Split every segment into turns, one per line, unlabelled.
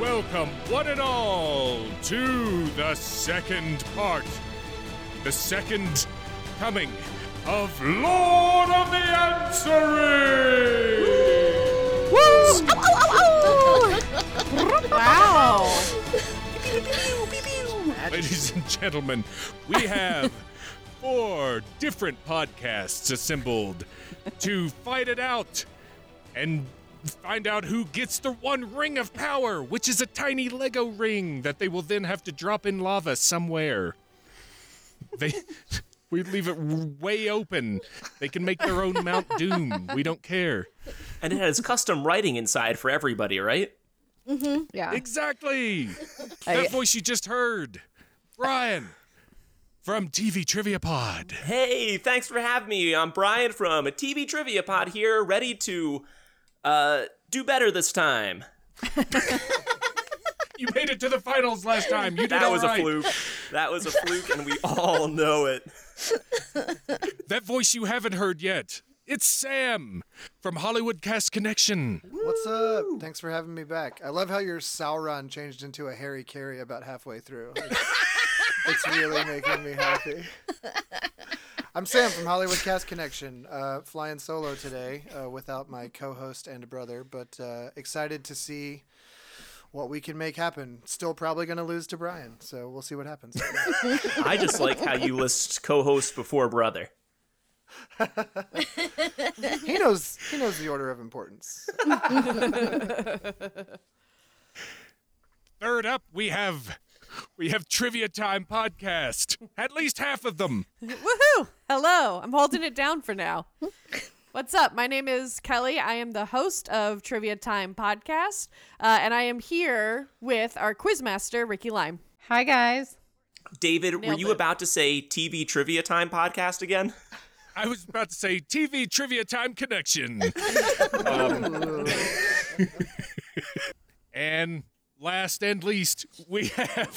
Welcome, one and all, to the second part, the second coming of Lord of the Answering.
Wow.
Ladies and gentlemen, we have four different podcasts assembled to fight it out and find out who gets the one ring of power, which is a tiny Lego ring that they will then have to drop in lava somewhere. They. We leave it way open. They can make their own Mount Doom. We don't care.
And it has custom writing inside for everybody, right?
Yeah.
Exactly.
I-
That voice you just heard, Brian from TV Trivia Pod.
Hey, thanks for having me. I'm Brian from TV Trivia Pod here, ready to uh, do better this time.
You made it to the finals last time. You did
That
all
was
right.
a fluke. That was a fluke, and we all know it.
That voice you haven't heard yet. It's Sam from Hollywood Cast Connection.
What's up? Thanks for having me back. I love how your Sauron changed into a Harry Carey about halfway through. It's, it's really making me happy. I'm Sam from Hollywood Cast Connection, uh, flying solo today uh, without my co-host and brother, but uh, excited to see what we can make happen. Still probably going to lose to Brian, so we'll see what happens.
I just like how you list co-host before brother.
he knows he knows the order of importance.
Third up, we have we have Trivia Time podcast. At least half of them.
Woohoo. Hello. I'm holding it down for now. What's up? My name is Kelly. I am the host of Trivia Time podcast, uh, and I am here with our quizmaster, Ricky Lime.
Hi guys.
David, were
Nailed
you
it.
about to say TV Trivia Time podcast again?
I was about to say TV Trivia Time Connection. Um, and last and least, we have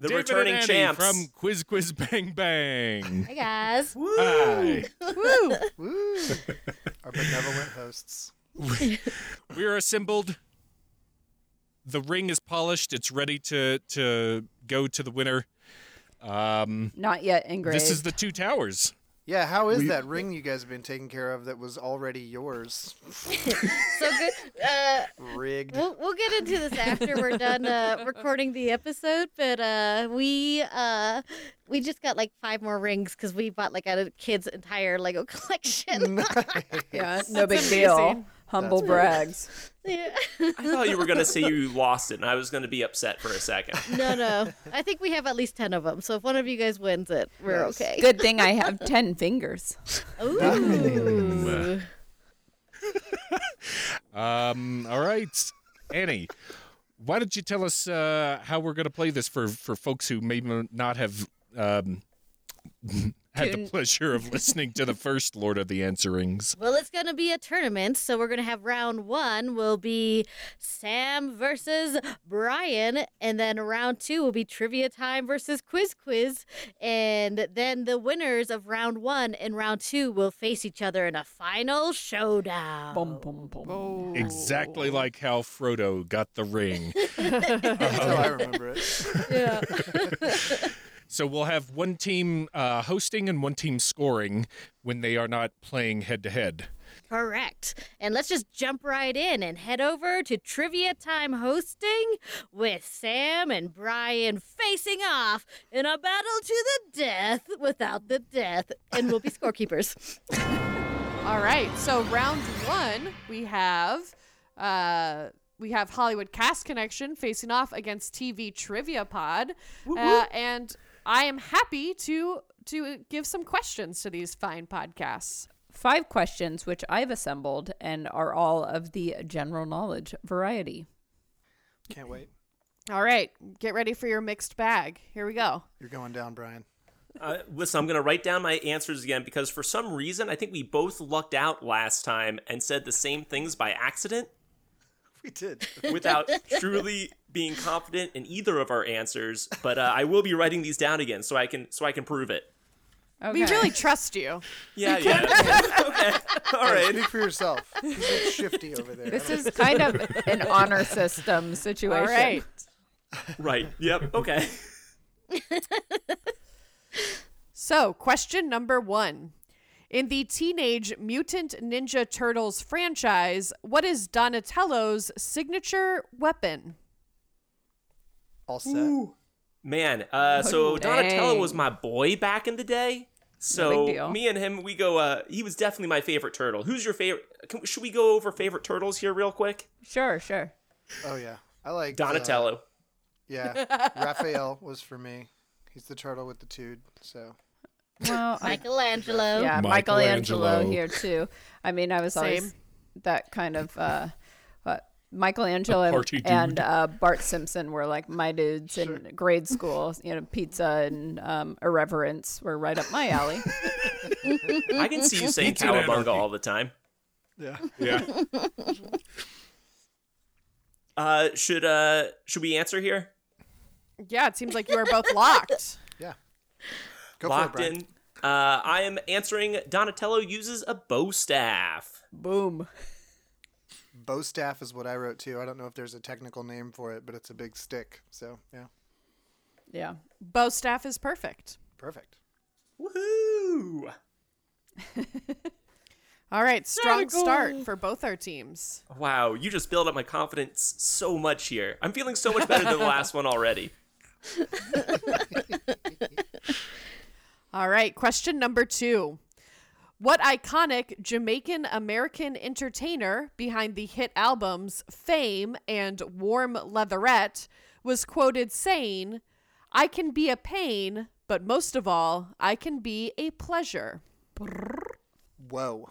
The
David
returning
and Annie
champs.
from Quiz Quiz Bang Bang.
Hi guys.
Hi.
Woo.
Woo! Our benevolent hosts.
we are assembled. The ring is polished. It's ready to to go to the winner. Um,
Not yet engraved.
this is the two towers.
Yeah, how is that ring you guys have been taking care of that was already yours?
so good. Uh,
Rigged.
we'll we'll get into this after we're done uh, recording the episode, but uh, we uh, we just got like five more rings because we bought like a kid's entire Lego collection.
yeah, Uh, no big
That's
deal.
amazing.
Humble brags.
Yeah.
I thought you were going to say you lost it, and I was going to be upset for a second.
no, no. I think we have at least ten of them. So if one of you guys wins it, we're okay.
Good thing I have ten fingers.
Ooh.
Um, all right, Annie, why don't you tell us uh, how we're going to play this for for folks who may m- not have um, had the
Tuned.
pleasure of listening to the first Lord of the Answerings.
Well, it's going to be a tournament, so we're going to have round one will be Sam versus Brian, and then round two will be Trivia Time versus Quiz Quiz, and then the winners of round one and round two will face each other in a final showdown.
Bum, bum, bum.
Exactly like how Frodo got the ring.
That's how I remember it.
Yeah.
So we'll have one team uh, hosting and one team scoring when they are not playing head to head.
Correct. And let's just jump right in and head over to Trivia Time hosting with Sam and Brian facing off in a battle to the death without the death. And we'll be scorekeepers.
All right. So round one, we have uh, we have Hollywood Cast Connection facing off against TV Trivia Pod, uh, and I am happy to to give some questions to these fine podcasts.
Five questions which I've assembled and are all of the general knowledge variety.
Can't wait.
All right, get ready for your mixed bag. Here we go.
You're going down, Brian.
Uh, listen, I'm going to write down my answers again because for some reason I think we both lucked out last time and said the same things by accident
We did.
without truly being confident in either of our answers. But uh, I will be writing these down again so I can so I can prove it.
Okay.
We really trust you.
Yeah, yeah. okay. All
Hey,
right.
Speak for yourself. He's like shifty over there.
This is kind of an honor system situation.
All right.
Right. Yep. Okay.
So, question number one. In the Teenage Mutant Ninja Turtles franchise, what is Donatello's signature weapon?
all set.
Man, uh, so Donatello
Oh, dang.
was my boy back in the day. So
big deal.
me and him, we go. Uh, he was definitely my favorite turtle. Who's your favorite? Can, should we go over favorite turtles here real quick?
Sure, sure.
Oh yeah, I like uh,
Donatello.
yeah, Raphael was for me. He's the turtle with the toad. So
Well, I,
Michelangelo.
yeah,
Michelangelo.
Michelangelo. here too. I mean, I was always
Same.
that kind of uh, uh, Michelangelo
party
and,
dude.
and uh, Bart Simpson were like my dudes in grade school. You know, pizza and um, irreverence were right up my alley.
I can see you saying
It's an anarchy.
cowabunga all the time.
yeah,
Yeah.
Uh, should uh, should we answer here?
Yeah, it seems like you are both locked.
yeah. Go
Locked
for it, Brian.
in. Uh, I am answering. Donatello uses a bow staff.
Boom.
Bow staff is what I wrote too. I don't know if there's a technical name for it, but it's a big stick. So yeah,
Yeah.
Bo staff is perfect.
perfect.
Woohoo!
All right, strong start for both our teams.
Wow, you just build up my confidence so much here. I'm feeling so much better than the last one already.
All right, question number two. What iconic Jamaican American entertainer behind the hit albums Fame and Warm Leatherette was quoted saying, I can be a pain, but most of all, I can be a pleasure?
Whoa,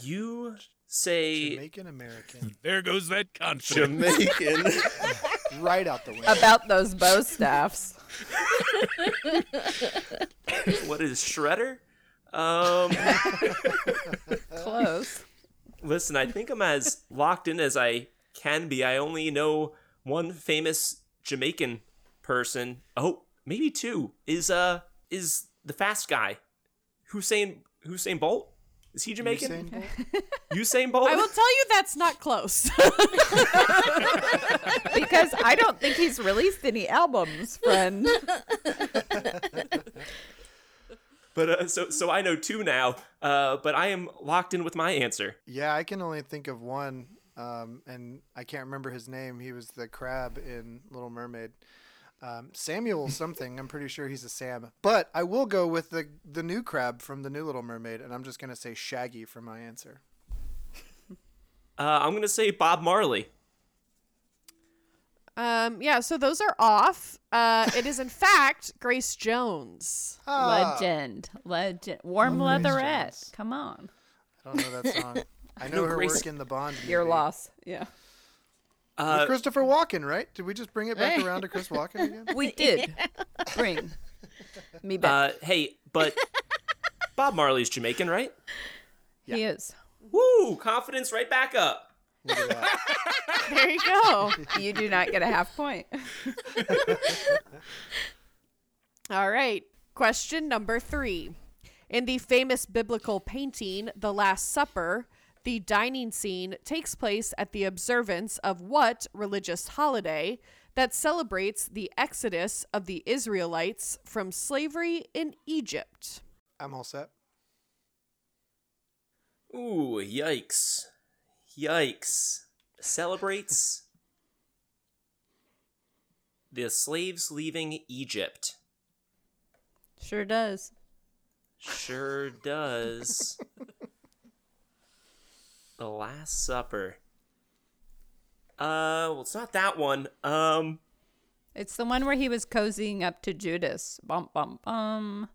You say
Jamaican American,
There goes that confidence.
Jamaican.
right out the window.
About those bow staffs.
what is shredder? Um,
Close.
listen, I think I'm as locked in as I can be. I only know one famous Jamaican person. Oh, maybe two. Is uh is the fast guy Hussein Hussein Bolt? Is he Jamaican?
Usain Bolt?
Usain Bolt.
I will tell you that's not close.
Because I don't think he's released any albums, friend.
But uh, so so I know two now. Uh, but I am locked in with my answer.
Yeah, I can only think of one, um, and I can't remember his name. He was the crab in Little Mermaid. Um, Samuel something. I'm pretty sure he's a Sam, but I will go with the the new crab from the new Little Mermaid, and I'm just gonna say Shaggy for my answer.
Uh, I'm gonna say Bob Marley.
um, yeah, so those are off. Uh, it is, in fact, Grace Jones.
Ah.
Legend. Legend. Warm leatherette. Come on.
I don't know that song. I know
No,
her
Grace-
work in the Bond.
Your
movie.
loss. Yeah.
With
Uh,
Christopher Walken, right? Did we just bring it back around to Chris Walken again?
We did bring me back.
uh, hey, but Bob Marley's Jamaican, right?
He is.
Woo! Confidence right back up.
Look at that.
There you go.
You do not get a half point.
All right. Question number three. In the famous biblical painting, The Last Supper, the dining scene takes place at the observance of what religious holiday that celebrates the exodus of the Israelites from slavery in Egypt?
I'm all set.
Ooh, yikes. Yikes. Celebrates the slaves leaving Egypt.
Sure does.
Sure does. the Last Supper. Uh, well, it's not that one. Um,
It's the one where he was cozying up to Judas. Bum bum bum.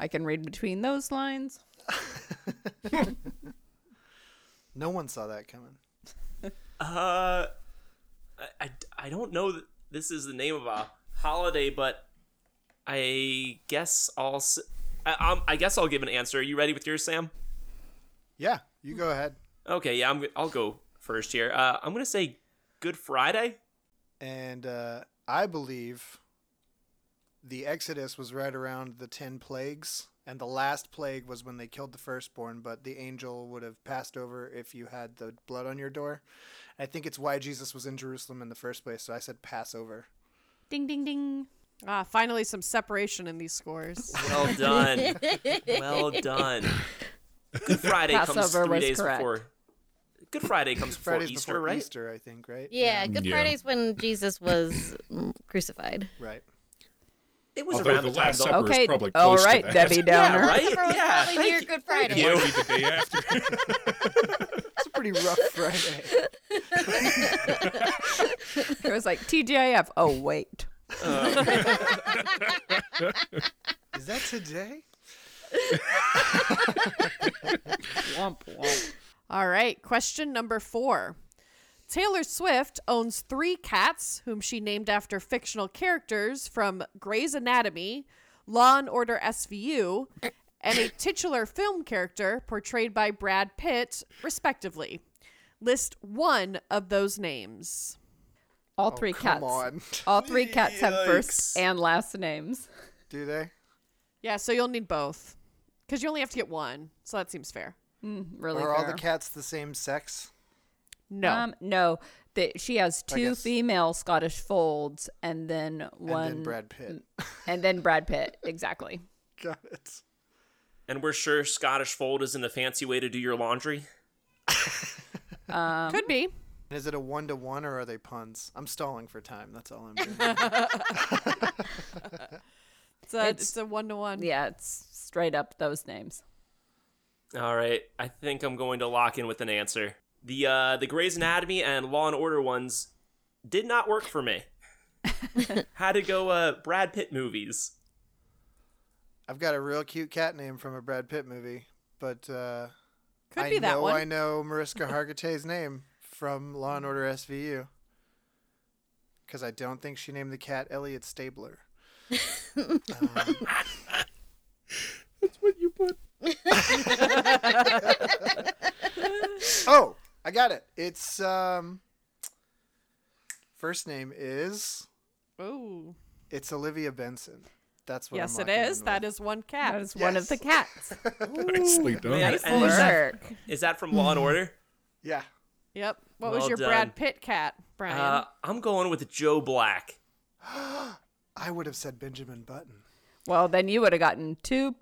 I can read between those lines.
No one saw that coming.
Uh, I, I, I don't know that this is the name of a holiday, but I guess I'll s- I, um, I guess I'll give an answer. Are you ready with yours, Sam?
Yeah, you go ahead.
Okay, yeah, I'm. g- I'll go first here. Uh, I'm gonna say Good Friday.
and uh, I believe the Exodus was right around the ten plagues, And the last plague was when they killed the firstborn, but the angel would have passed over if you had the blood on your door. I think it's why Jesus was in Jerusalem in the first place, so I said Passover.
Ding, ding, ding.
Ah, finally some separation in these scores.
Well done. well done. Good Friday comes
Passover
three
was
days
correct.
before. Good Friday comes before
Friday's
Easter,
before
right?
Easter, I think, right?
Yeah, Good
Yeah.
Friday's when Jesus was mm, crucified.
Right.
It was
Although
around
the
the, time
Last
the-
Supper is
Okay.
probably
All
close to
right,
that.
Debbie Downer.
right?
Supper was
Yeah,
probably
thank
near
you.
Good Friday.
It might be the day after.
It's a pretty rough Friday.
It was like TGIF. Oh wait.
Is that today?
Womp womp.
All right, question number four. Taylor Swift owns three cats, whom she named after fictional characters from Grey's Anatomy, Law and Order SVU, and a titular film character portrayed by Brad Pitt, respectively. List one of those names.
All three cats.
Come on.
All three cats have first and last names.
Do they?
Yeah, so you'll need both because you only have to get one. So that seems fair.
Really
Are all the
fair.
cats the same sex?
No.
Um, no, the, she has two
guess.
female Scottish folds, and then one, Mm.
And then Brad Pitt.
and then Brad Pitt. Exactly.
Got it.
And we're sure Scottish fold isn't a fancy way to do your laundry.
Could be.
Is it a one to one or are they puns? I'm stalling for time. That's all I'm doing.
It's a,
It's-
it's a one to one.
Yeah, it's straight up those names.
All right, I think I'm going to lock in with an answer. The uh, the Grey's Anatomy and Law and Order ones did not work for me. Had to go uh, Brad Pitt movies.
I've got a real cute cat name from a Brad Pitt movie, but uh,
Could
I
be that
know
one.
I know Mariska Hargitay's name from Law and Order SVU because I don't think she named the cat Elliot Stabler. That's what you put. oh, I got it. It's um, first name is
Oh,
it's Olivia Benson. That's what.
yes,
I'm
it is.
That is.
That is one cat.
That is one of the cats.
Nicely done.
Man, and is, that,
Work.
is that from
Mm-hmm.
Law and Order?
Yeah.
Yep. What was
Well
your
done.
Brad Pitt cat, Brian?
Uh, I'm going with Joe Black.
I would have said Benjamin Button.
Well, then you would have gotten two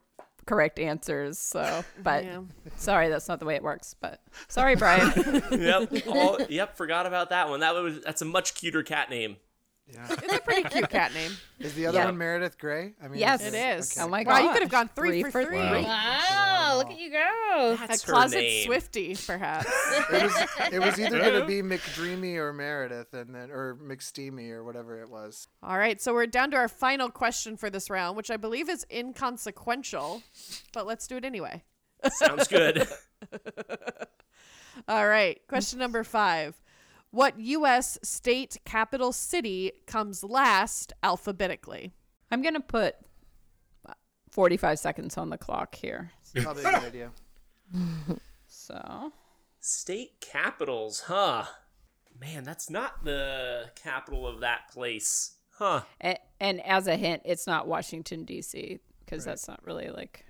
correct answers. So, but
Yeah.
sorry, that's not the way it works. But sorry, Brian.
Yep, all, yep. Forgot about that one. That was that's a much cuter cat name.
Yeah.
it's a pretty cute cat name.
Is the other
Yeah.
one Meredith Grey? I mean,
Yes.
It is.
Okay. Oh my
Wow, you
gosh.
could have gone three,
Three
for
for
three.
Wow.
Wow, look at you go.
A
That's her
closet
name.
Swifty, perhaps.
It was, it was either going to be McDreamy or Meredith, and then or McSteamy or whatever it was.
All right, so we're down to our final question for this round, which I believe is inconsequential, but let's do it anyway.
Sounds good.
All right, question number five. What U.S. state capital city comes last alphabetically?
I'm gonna put 45 seconds on the clock here.
Probably a good idea.
So,
State capitals, huh? Man, that's not the capital of that place, huh?
and, and as a hint, it's not Washington D.C. because that's not really like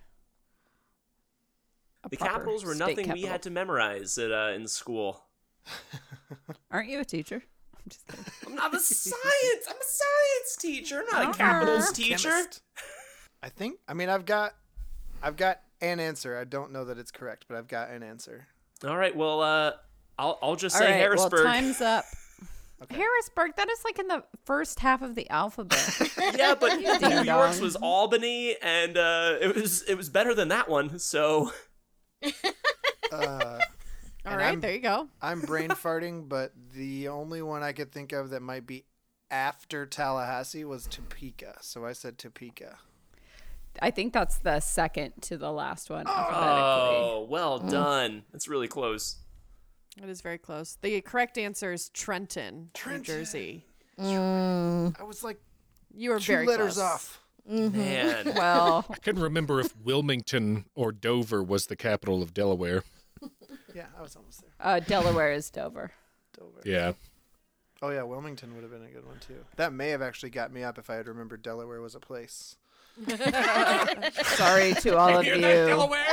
a
The
proper
capitals were
state
nothing we
capital.
had to memorize at, uh, in school.
Aren't you a teacher? I'm just kidding.
I'm not a science. I'm a science teacher, I'm not a capitals teacher.
Chemist. I think. I mean, I've got, I've got an answer. I don't know that it's correct, but I've got an answer.
All right, well, uh, I'll I'll just
All
say
right,
Harrisburg.
well, time's up. Harrisburg, that is like in the first half of the alphabet.
yeah, but New York's
dong.
was Albany, and uh, it was it was better than that one. So
Uh,
All
And
right,
I'm-
there you go.
I'm brain farting, but the only one I could think of that might be after Tallahassee was Topeka, so I said Topeka.
I think that's the second to the last one alphabetically.
oh, well
Mm.
done. That's really close.
It is very close. The correct answer is Trenton, New Jersey.
I was like
You were
two
very
letters
close.
off.
Man,
Mm-hmm. Well,
I couldn't remember if Wilmington or Dover was the capital of Delaware.
Yeah, I was almost there.
uh, Delaware is Dover.
Dover.
Yeah.
Oh yeah, Wilmington would have been a good one too. That may have actually got me up if I had remembered Delaware was a place.
Sorry to all of
You're not
you
Delaware?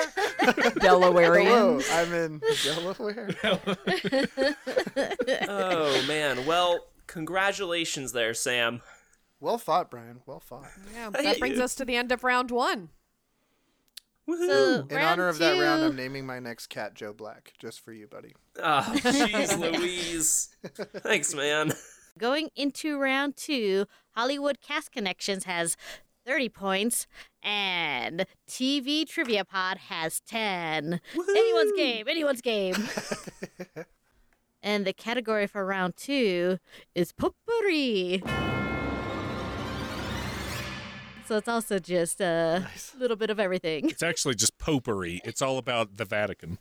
Hello,
Delawareans.
I'm in Delaware.
oh man. Well, congratulations there, Sam.
Well fought, Brian. Well fought.
Yeah,
Thank
that brings
you.
us to the end of round one.
So,
In
round
honor of that round,
two-
I'm naming my next cat Joe Black, just for you, buddy.
Oh, jeez, Louise. Thanks, man.
Going into round two, Hollywood Cast Connections has 30 points and TV Trivia Pod has 10. Anyone's game, anyone's game. and the category for round two is potpourri. So it's also just a little bit of everything.
It's actually just popery. It's all about the Vatican.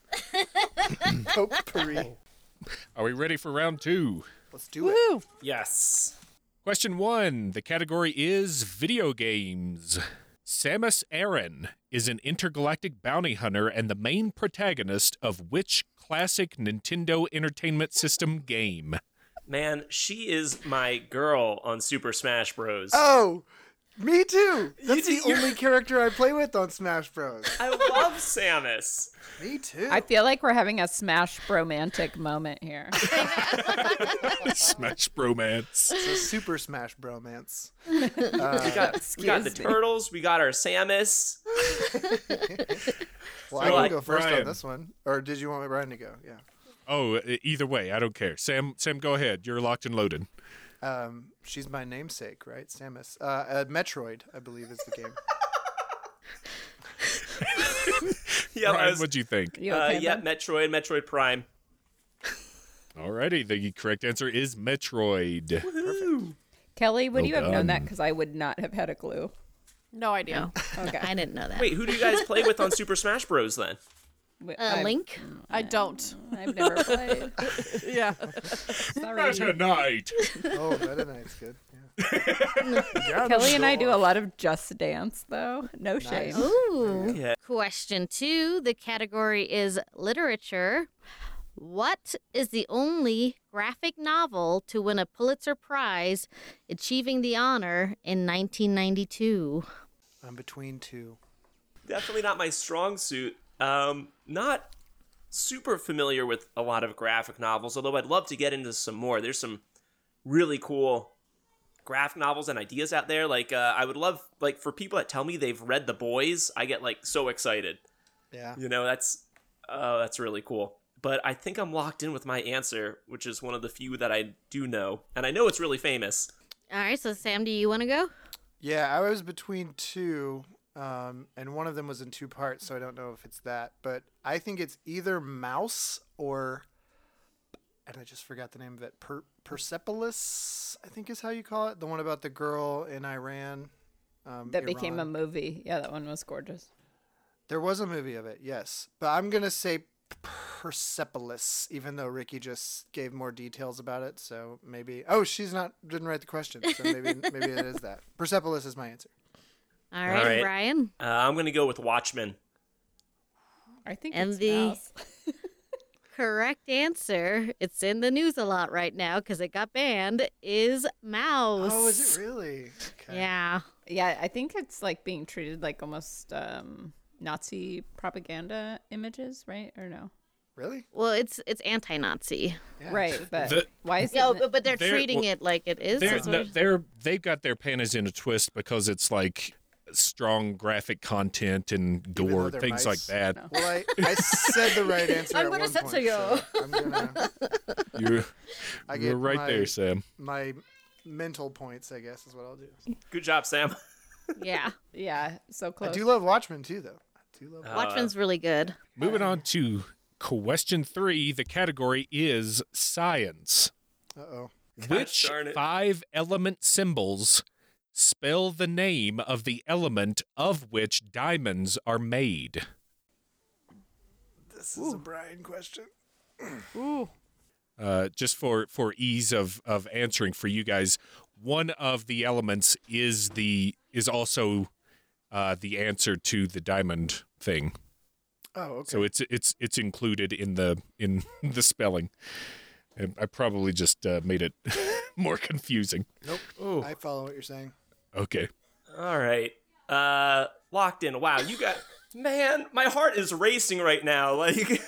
Oh, Potpourri.
Are we ready for round two?
Let's do it.
Woohoo!
Yes.
Question one. The category is video games. Samus Aran is an intergalactic bounty hunter and the main protagonist of which classic Nintendo Entertainment System game?
Man, she is my girl on Super Smash Bros.
Oh, me too. That's
did-
the
you're-
only character I play with on Smash Bros.
I love Samus.
Me too.
I feel like we're having a smash bromantic moment here.
Smash Bromance.
It's a Super Smash Bromance.
We got we got the turtles. We got our Samus.
Well, I
So,
can
like,
go first
Brian.
on this one, or did you want Brian to go? Yeah.
Oh, e- either way, I don't care. Sam, Sam, go ahead. You're locked and loaded.
Um, she's my namesake, right? Samus. Uh, uh, Metroid, I believe, is the game.
Yeah, I
Brian,
was-
what'd you think?
You
uh,
okay,
yeah,
bud?
Metroid, Metroid Prime.
Alrighty, the correct answer is Metroid.
Kelly, would you have
done.
known that? Because I would not have had a clue.
No idea.
Okay.
I didn't know that.
Wait, who do you guys play with on Super Smash Bros then?
W-
Uh,
I've-
Link?
I don't.
I've never played.
Yeah.
Sorry.
Tonight.
Oh, Meta Knight's good. Yeah.
Kelly and I do a lot of Just Dance, though. No shame.
Ooh.
Yeah.
Question two. The category is literature. What is the only graphic novel to win a Pulitzer Prize, achieving the honor in 1992?
I'm between two.
Definitely not my strong suit. Um, not super familiar with a lot of graphic novels, although I'd love to get into some more. There's some really cool graphic novels and ideas out there. Like, uh, I would love like for people that tell me they've read The Boys, I get like so excited.
Yeah.
You know, that's oh, that's really cool. But I think I'm locked in with my answer, which is one of the few that I do know, and I know it's really famous.
All right, so Sam, do you want to go?
Yeah, I was between two, um, and one of them was in two parts, so I don't know if it's that. But I think it's either Mouse or, and I just forgot the name of it. Per- Persepolis, I think is how you call it. The one about the girl in Iran. Um,
That became a
Iran.
movie. Yeah, that one was gorgeous.
There was a movie of it, yes. But I'm gonna say Persepolis, even though Ricky just gave more details about it. So maybe. Oh, she's not didn't write the question, so maybe maybe it is that. Persepolis is my answer.
All right,
right.
Brian.
Uh, I'm gonna go with Watchmen.
I think
And
it's
the-
Mouse.
Correct answer. It's in the news a lot right now because it got banned. Is mouse?
Oh, is it really? Okay.
Yeah.
Yeah, I think it's like being treated like almost um, Nazi propaganda images, right? Or no?
Really?
Well, it's it's anti-Nazi.
Yeah.
Right, but
The-
why is
No,
it?
but, but they're,
They're-
treating
well,
it like it is.
They're,
is what
no, they're they've got their panties in a twist because it's like strong graphic content and
Even though
gore
they're
things like
mice.
that.
Well, I, I said the right answer.
I'm
at
gonna
one
censor
point, so I'm gonna.
You're,
I get
you're right
my,
there, Sam.
My mental points, I guess, is what I'll do.
Good job, Sam.
Yeah.
yeah, so
I
close.
do love Watchmen too, though. I do love.
Watchmen's really good.
Moving on to question three. The category is science.
Uh oh.
Which
darn it.
five element symbols spell the name of the element of which diamonds are made?
This is a Brian question.
Ooh.
Uh, just for for ease of of answering for you guys, one of the elements is the is also uh, the answer to the diamond thing.
Oh, okay.
So it's it's it's included in the in the spelling. And I probably just uh, made it more confusing.
nope. I follow what you're saying.
Okay.
All right. Uh, locked in. Wow, you got man. My heart is racing right now. Like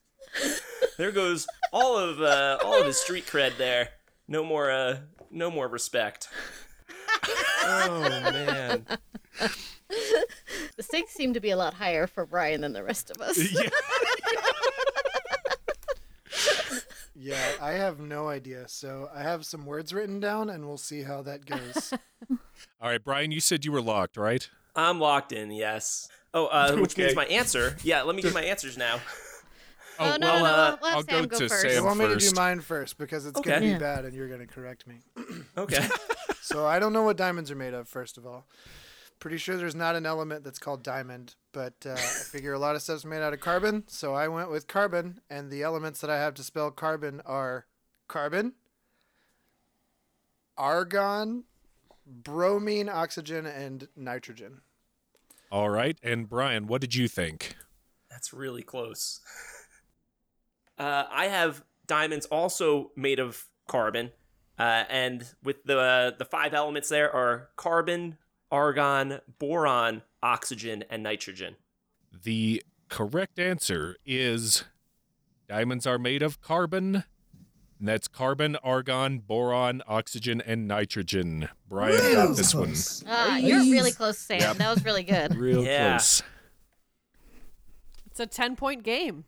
there goes all of uh, all of his street cred. There, no more uh, no more respect. oh man.
The stakes seem to be a lot higher for Brian than the rest of us.
yeah.
Yeah, I have no idea. So I have some words written down, and we'll see how that goes.
All right, Brian, you said you were locked, right?
I'm locked in. Yes. Oh, uh, which
Okay.
means my answer. Yeah, let me give my answers now.
well,
Oh, no, no, no.
uh,
we'll have
I'll
Sam
go to
first.
you
Sam.
want me to do
first.
mine first because it's
Okay.
gonna be
Yeah.
bad, and you're gonna correct me.
Okay.
So I don't know what diamonds are made of. First of all, pretty sure there's not an element that's called diamond, but uh, I figure a lot of stuff's made out of carbon. So I went with carbon, and the elements that I have to spell carbon are carbon, argon, bromine, oxygen, and nitrogen.
All right. And Brian, what did you think?
That's really close. Uh, I have diamonds also made of carbon, uh, and with the the five elements there are carbon, argon, boron, oxygen, and nitrogen.
The correct answer is diamonds are made of carbon. And that's carbon, argon, boron, oxygen, and nitrogen. Brian got this one.
Ah, you're really close, Sam.
Yep.
That was really good.
Real
Yeah.
close.
It's a 10 point game.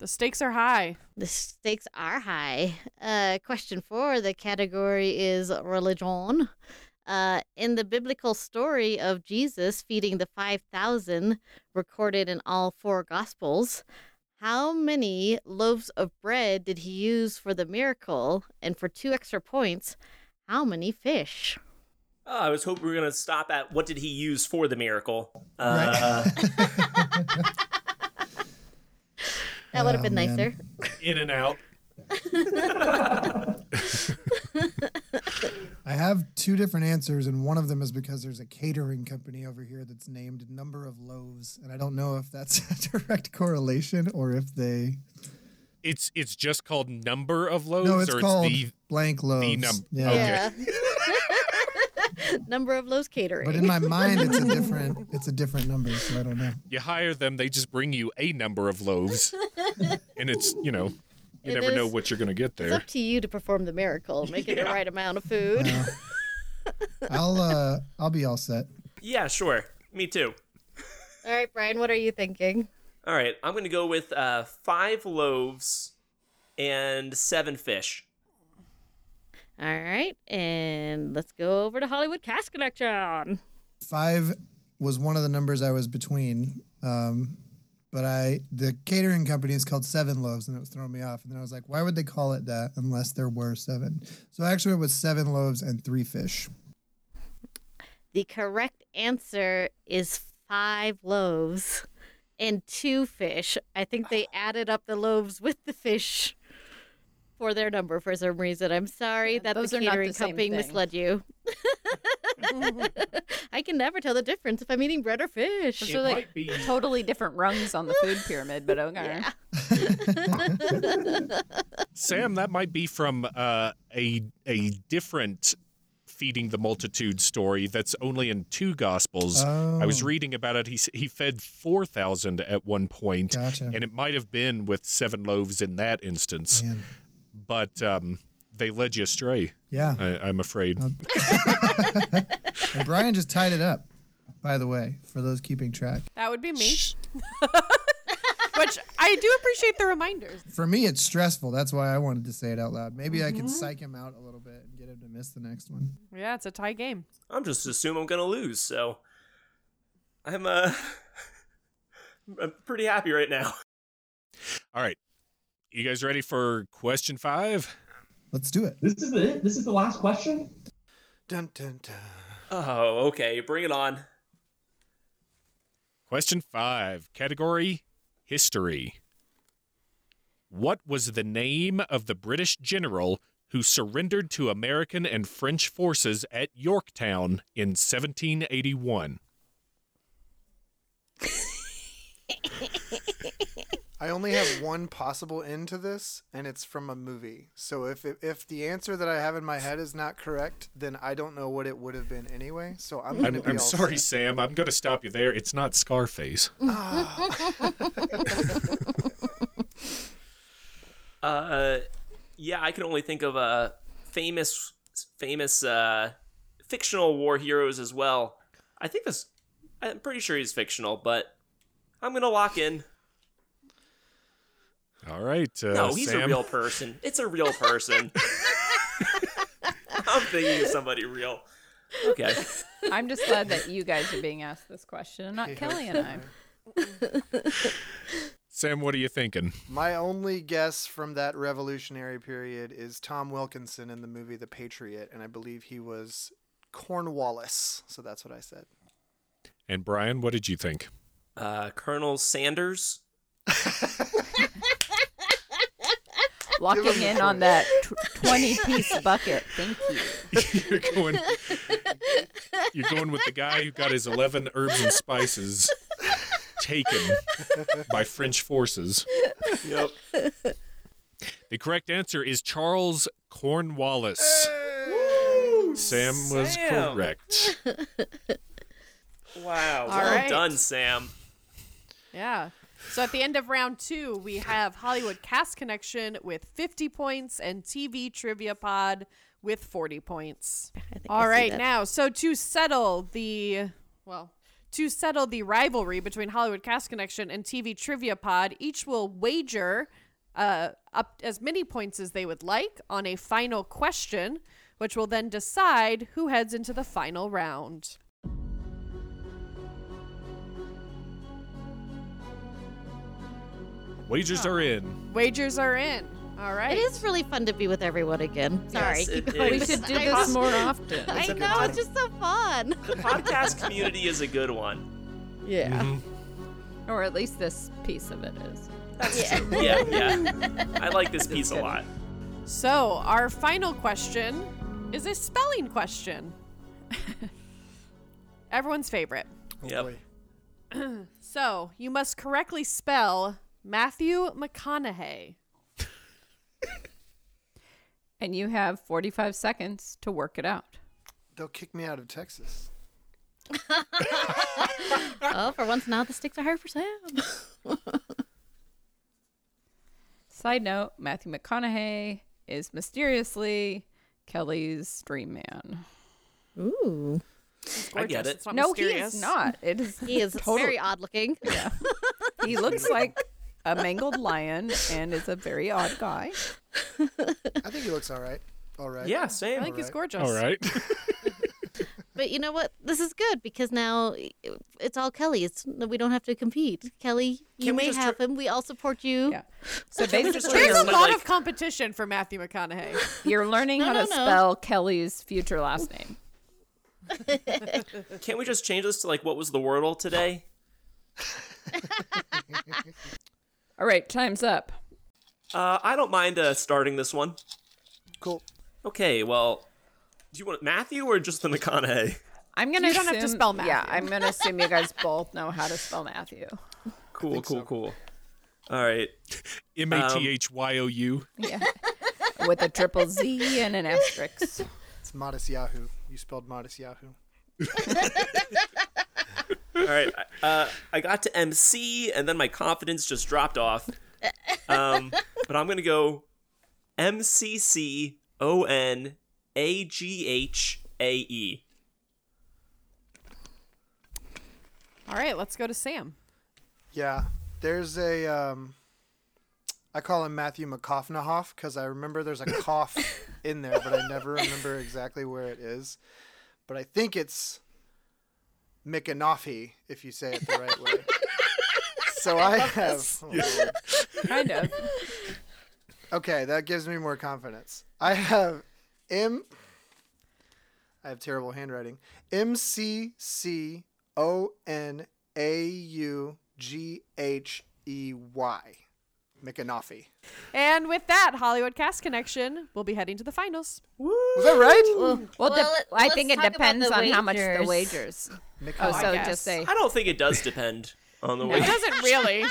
The stakes are high.
The stakes are high. Uh, question four the category is religion. Uh, in the biblical story of Jesus feeding the 5,000, recorded in all four Gospels, how many loaves of bread did he use for the miracle? And for two extra points, how many fish?
Oh, I was hoping we were gonna stop at what did he use for the miracle? Uh,
That would have been nicer.
In and out.
I have two different answers, and one of them is because there's a catering company over here that's named Number of Loaves, and I don't know if that's a direct correlation or if they.
It's it's just called number of loaves,
no, it's
or
called
it's the
blank loaves.
num- oh.
yeah.
okay.
Yeah. Number of loaves catering.
But in my mind, it's a different it's a different number, so I don't know.
you hire them, they just bring you a number of loaves, and it's you know you
It
never know
is-
what you're gonna get
It's
there.
up to you to perform the miracle, make it the right amount of food.
Uh-huh.
Uh, I'll uh, I'll be all set.
yeah, sure. Me too.
All right, Brian, what are you thinking?
All right, I'm gonna go with uh, five loaves and seven fish.
All right, and let's go over to Hollywood Cast Connection.
Five was one of the numbers I was between, um, but I the catering company is called Seven Loaves, and it was throwing me off. And then I was like, why would they call it that unless there were seven? So I actually went with seven loaves and three fish.
The correct answer is five loaves and two fish. I think they added up the loaves with the fish for their number for some reason. I'm sorry that
those
the
are not the
catering
same
company
thing.
misled you. I can never tell the difference if I'm eating bread or fish.
Those are like totally different rungs on the food pyramid, but okay.
Sam, that might be from uh, a a different feeding the multitude story that's only in two gospels. I was
Oh.
reading about it. He s- he fed four thousand at one point,
Gotcha.
and it might have been with seven loaves in that instance.
Man.
But um, they led you astray.
Yeah. Uh,
I, I'm afraid.
And Brian just tied it up, by the way, for those keeping track.
That would be me. Which I do appreciate the reminders.
For me, it's stressful. That's why I wanted to say it out loud. Maybe I can psych him out a little bit and get him to miss the next one.
Yeah, it's a tie game.
I'm just assume I'm gonna lose, so I'm uh I'm pretty happy right now.
All right, you guys ready for question five?
Let's do it.
This is it. This is the last question.
Dun dun dun.
Oh, okay, bring it on.
Question five, category history. What was the name of the British general who surrendered to American and French forces at Yorktown in 1781?
I only have one possible end to this, and it's from a movie. So if if the answer that I have in my head is not correct, then I don't know what it would have been anyway. So I'm gonna
I'm,
be
I'm
all
sorry,
set.
Sam. I'm going to stop you there. It's not Scarface.
Uh, yeah, I can only think of uh famous famous uh fictional war heroes as well. I think this. I'm pretty sure he's fictional, but I'm gonna lock in.
All right. Uh,
No, he's
Sam.
a real person. It's a real person. I'm thinking of somebody real. Okay.
I'm just glad that you guys are being asked this question and not Kelly and I.
Sam, what are you thinking?
My only guess from that revolutionary period is Tom Wilkinson in the movie The Patriot, and I believe he was Cornwallis. So that's what I said.
And Brian, what did you think?
Uh, Colonel Sanders.
Locking in on that tw 20 piece bucket. Thank you.
you're going. You're going with the guy who got his 11 herbs and spices taken by French forces.
Yep.
The correct answer is Charles Cornwallis. Sam was
Sam.
correct.
Wow.
All
well
right.
done, Sam.
Yeah. So at the end of round two, we have Hollywood Cast Connection with 50 points and TV Trivia Pod with 40 points. All right, now, so to settle the, well, to settle the rivalry between Hollywood Cast Connection and TV Trivia Pod, each will wager uh, up as many points as they would like on a final question, which will then decide who heads into the final round.
Wagers are in.
Wagers are in. All right.
It is really fun to be with everyone again. Sorry.
Yes,
keep
it
going.
We
is.
should do
I
this
know-
more often.
I
a good
know,
time.
it's just so fun.
The podcast community is a good one.
Yeah.
Mm-hmm.
Or at least this piece of it is.
Yeah, yeah. I like this piece a lot.
So, our final question is a spelling question. Everyone's favorite.
Oh,
Yep.
boy.
So, you must correctly spell Matthew McConaughey.
And you have 45 seconds to work it out.
They'll kick me out of Texas.
Oh, for once now the sticks are hard for Sam.
Side note Matthew McConaughey is mysteriously Kelly's dream man.
Ooh.
I get it.
It's not
no,
mysterious.
he is not. It is
He is
total-
very odd looking.
He looks like a mangled lion and is a very odd guy.
I think he looks all right. All right.
Yeah,
I
Sam.
think he's gorgeous.
All right.
But you know what? This is good because now it's all Kelly. It's we don't have to compete. Kelly,
Can
you
we
may
just
have
tr-
him. We all support you.
Yeah. So
Can we just
basically,
turn
There's a
But,
lot
like-
of competition for Matthew McConaughey.
you're learning
No,
how
no,
to
no.
spell Kelly's future last name.
Can't we just change this to like what was the wordle today?
All right, time's up.
Uh, I don't mind uh, starting this one.
Cool.
Okay, well, do you want Matthew or just the McConaughey?
I'm gonna.
You don't have to
assume-
spell
Yeah,
Matthew.
I'm gonna assume you guys both know how to spell Matthew.
Cool, cool, cool. All right.
M A T H Y O
Um,
U.
Yeah, with a triple Z and an asterisk.
It's Modest Yahoo. You spelled Modest Yahoo.
All right. Uh, I got to MC, and then my confidence just dropped off. Um, but I'm gonna go M C C O N A G H A E.
All right, let's go to Sam.
Yeah, there's a. Um, I call him Matthew McCoffnahoff because I remember there's a cough in there, but I never remember exactly where it is. But I think it's Mikanoffy if you say it the right way. So I, have. oh, Lord.
Kind of.
Okay, that gives me more confidence. I have M. I have terrible handwriting. M C C O N A U G H E Y. Mikanoffy.
And with that, Hollywood Cast Connection will be heading to the finals.
Was that right? Oh,
Well, de-
Well, let-
I think it
let's talk about
depends
the
on how much the wagers.
wagers.
Mick
Oh,
I
so
guess.
just say
I don't think it does depend on the way.
It doesn't really.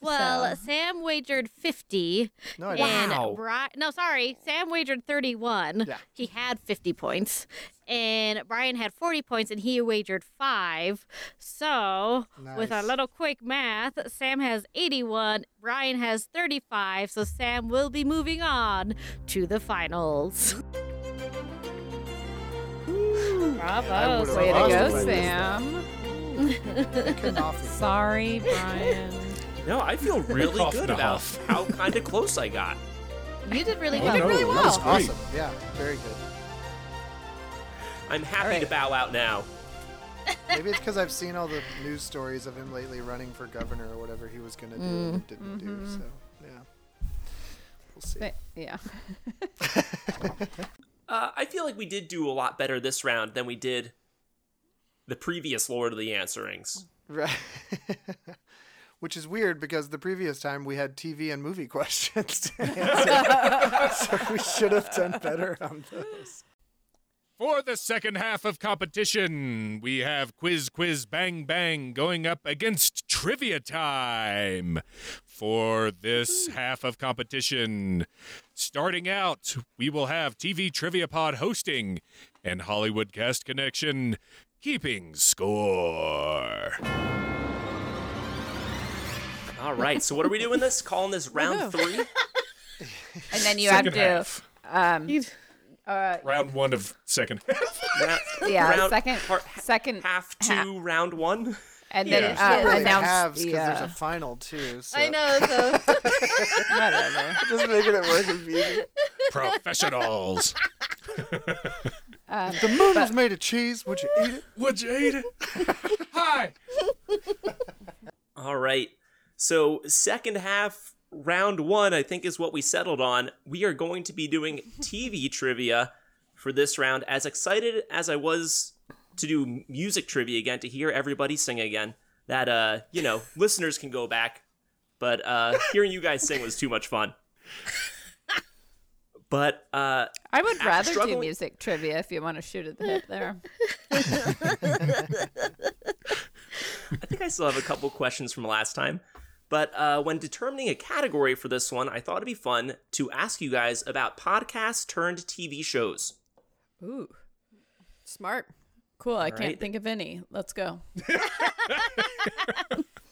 Well, Sam wagered 50.
No, I didn't.
and
Wow.
Bri- no, sorry, Sam wagered 31.
Yeah.
He had 50 points. And Brian had 40 points and he wagered 5. So, with a
Nice.
little quick math, Sam has 81, Brian has 35, so Sam will be moving on to the finals.
I
Bravo.
would've
Way to
lost
go,
if I missed
Sam.
Couldn't offer.
Sorry, Brian.
No, I feel really
Cough,
good
no.
about how kind of close I got.
You did really
You did
well.
really
that was
well.
great.
Awesome. Yeah, very good.
I'm happy to bow out now.
Maybe it's because I've seen all the news stories of him lately running for governor or whatever he was going to do
Mm.
and didn't do.
Mm-hmm.
So, yeah. We'll see.
But- yeah.
Uh, I feel like we did do a lot better this round than we did the previous Lord of the Answerings.
Right. Which is weird because the previous time we had TV and movie questions to answer. so we should have done better on those.
For the second half of competition, we have Quiz Quiz Bang Bang going up against Trivia Time. For this half of competition, starting out, we will have TV Trivia Pod hosting and Hollywood Cast Connection keeping score.
All right, so what are we doing this? Calling this round three?
And then you
second
have
half.
to. Um,
Round one of second half.
Ra-
yeah,
round-
second,
part-
second,
half two, round one.
and then
Yeah.
uh,
Not really
announce
halves because
the. Uh,
there's a final too. So
I know. So
whatever.
Just making it more confusing.
Professionals.
If the moon was made of cheese, would you eat it?
Would you eat it? Hi.
All right, so second half, round one, I think is what we settled on. We are going to be doing TV trivia for this round. As excited as I was to do music trivia again, to hear everybody sing again, that, uh, you know, listeners can go back but uh, hearing you guys sing was too much fun. But uh,
I would rather do
struggling-
music trivia if you want to shoot at the hip there.
I think I still have a couple questions from last time. But uh, when determining a category for this one, I thought it'd be fun to ask you guys about podcasts turned TV shows.
Ooh,
Smart.
cool. I can't
right.
think of any. Let's go.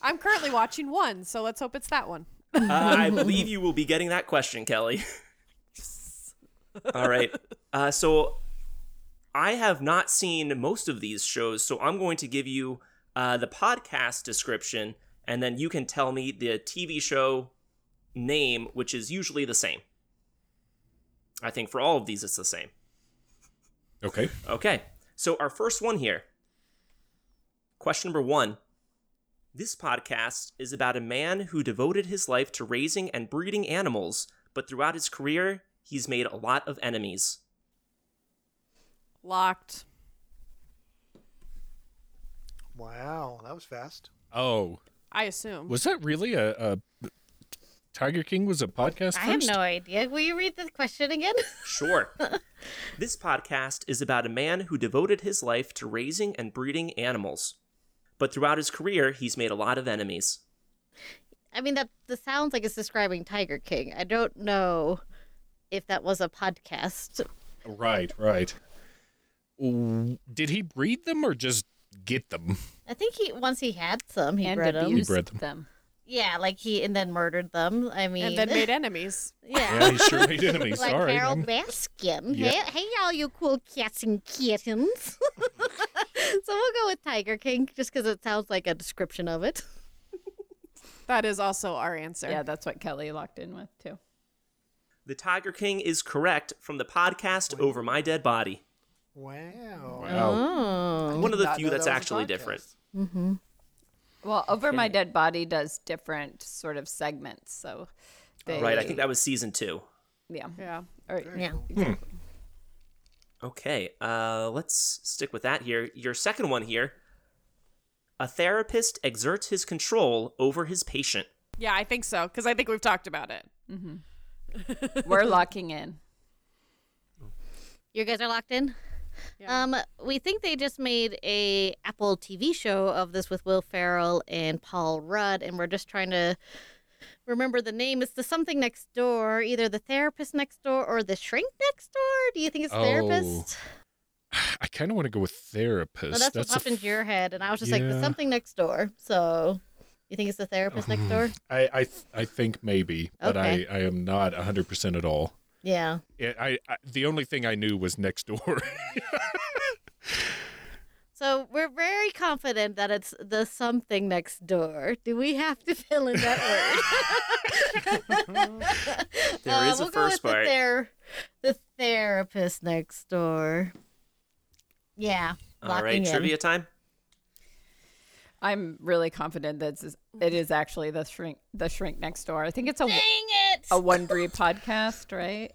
I'm currently watching one, so let's hope it's that one.
Uh, I believe you will be getting that question, Kelly. All right. Uh, so I have not seen most of these shows, so I'm going to give you uh, the podcast description, and then you can tell me the TV show name, which is usually the same. I think for all of these, it's the same.
Okay.
Okay. So our first one here. Question number 1. This podcast is about a man who devoted his life to raising and breeding animals, but throughout his career, he's made a lot of enemies.
Locked.
Wow, that was fast.
Oh,
I assume.
was that really a, a Tiger King was a podcast?
I have
first?
no idea. Will you read the question again?
Sure. this podcast is about a man who devoted his life to raising and breeding animals, but throughout his career, he's made a lot of enemies.
I mean, that, that sounds like it's describing Tiger King. I don't know if that was a podcast.
Right, right. W- Did he breed them or just get them?
I think he once he had some, he
and
bred 'em.
abused
bred
them.
them.
Yeah, like he and then murdered them. I mean,
and then made enemies.
yeah.
Yeah, he sure made enemies.
Like
Sorry.
Carol
I'm-
Baskin.
Yeah.
Hey, hey, all you cool cats and kittens. so we'll go with Tiger King just because it sounds like a description of it.
That is also our answer.
Yeah, that's what Kelly locked in with too.
The Tiger King is correct from the podcast Over My Dead Body.
Wow.
wow.
Oh.
One of the
Not
few
know
that's
that was a
actually
podcast.
different.
Well, Over My Dead Body does different sort of segments. So, they,
Right, I think that was season two.
yeah.
Yeah.
Or,
Yeah.
Okay, uh, let's stick with that here. Your second one here. A therapist exerts his control over his patient.
Yeah, I think so because I think we've talked about it.
we're locking in.
You guys are locked in? Um, we think they just made a Apple TV show of this with Will Ferrell and Paul Rudd, and we're just trying to remember the name. It's the something next door, either the therapist next door or the shrink next door. Do you think it's
Oh,
therapist?
I kind of want to go with therapist.
Well, Oh, that's, what
a
popped into your head, and I was just like,
Yeah.
the something next door. So, you think it's the therapist next
Hmm.
door?
I I, th- I think maybe, but
Okay.
I I am not hundred percent at all.
Yeah.
It, I, I the only thing I knew was next door.
So we're very confident that it's the something next door. Do we have to fill in that word?
There is a
Uh, we'll
first
go with
part.
The, ther- the therapist next door. Yeah.
All right,
locking in.
trivia time.
I'm really confident that it's- it is actually the shrink the shrink next door. I think it's a
Dang it!
a Wondery podcast, right?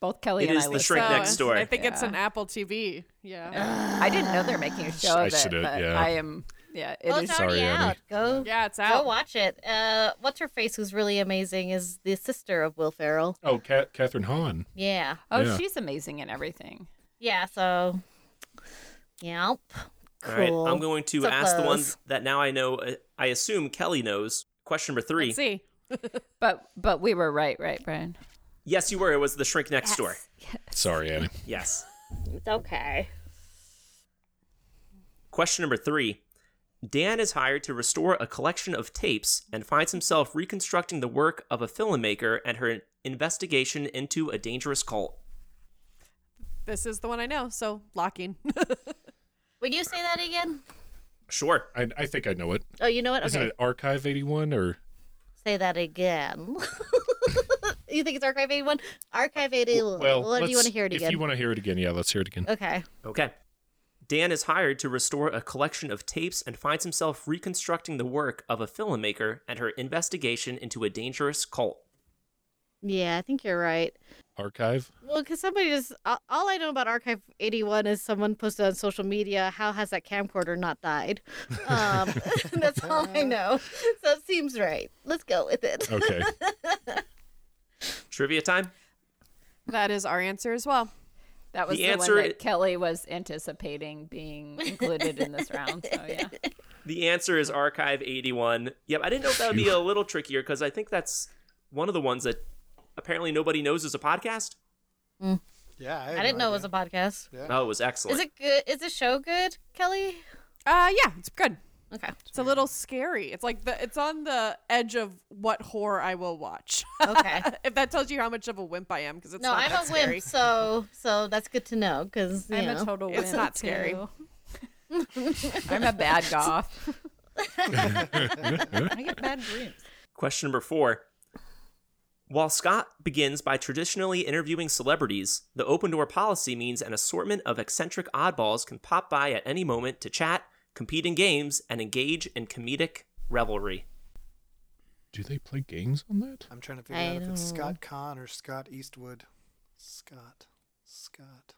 Both Kelly
It
and
is
I
the
listen.
Shrink
So,
Next Door.
I think it's an Apple TV. Yeah.
I didn't know they're making a show
I
of it,
should've-
but
yeah.
I am. Yeah, it is.
well, it's
Sorry,
already
Annie.
out. Go.
Yeah, it's
Go
out.
watch it. Uh, what's her face? Who's really amazing is the sister of Will Ferrell.
oh, Ca- Catherine Hahn.
Yeah.
Oh,
Yeah.
she's amazing in everything.
Yeah. So. Yep. Cool.
All right, I'm going to
So
ask the
close.
ones that now I know. uh, I assume Kelly knows. Question number three.
Let's see.
But but we were right, right, Brian?
Yes, you were. It was the shrink next door.
Sorry, Annie.
Yes.
It's okay.
Question number three. Dan is hired to restore a collection of tapes and finds himself reconstructing the work of a filmmaker and her investigation into a dangerous cult.
This is the one I know. So locking.
Would you say that again?
Sure.
I I think I know it.
Oh, you know what?
Isn't
Okay.
it Archive eighty one or
Say that again. you think it's Archive 81? Archive 81.
well?
or do
let's-
you want to hear it
If
again?
you want to hear it again, yeah, let's hear it again.
Okay.
Okay. Dan is hired to restore a collection of tapes and finds himself reconstructing the work of a filmmaker and her investigation into a dangerous cult.
Yeah, I think you're right.
Archive.
Well, because somebody just. All all I know about Archive 81 is someone posted on social media, How has that camcorder not died? Um, that's all I know. So it seems right. Let's go with it.
Okay.
Trivia time.
that is our answer as well.
That was
The
the,
answer
one that
i-
Kelly was anticipating being included in this round. So yeah,
The answer is Archive 81. Yep, I didn't know if that would be a little trickier because I think that's one of the ones that apparently nobody knows is a podcast.
Yeah, I,
I didn't know it was a podcast.
Oh, it was excellent.
Is it good? Is the show good, Kelly?
Uh, yeah, it's good.
Okay.
It's a little scary. It's like the it's on the edge of what horror I will watch.
Okay.
if that tells you how much of a wimp I am, because it's
No,
not
I'm
that
a
scary.
wimp, so so that's good to know because you
I'm
know.
a total.
It's
wimp,
not scary.
too. I'm a bad goth. I get bad dreams.
Question number four. While Scott begins by traditionally interviewing celebrities, the open door policy means an assortment of eccentric oddballs can pop by at any moment to chat, compete in games, and engage in comedic revelry.
Do they play games on that?
I'm trying to figure
I
out if it's
don't-
Scott Kahn or Scott Eastwood. Scott. Scott.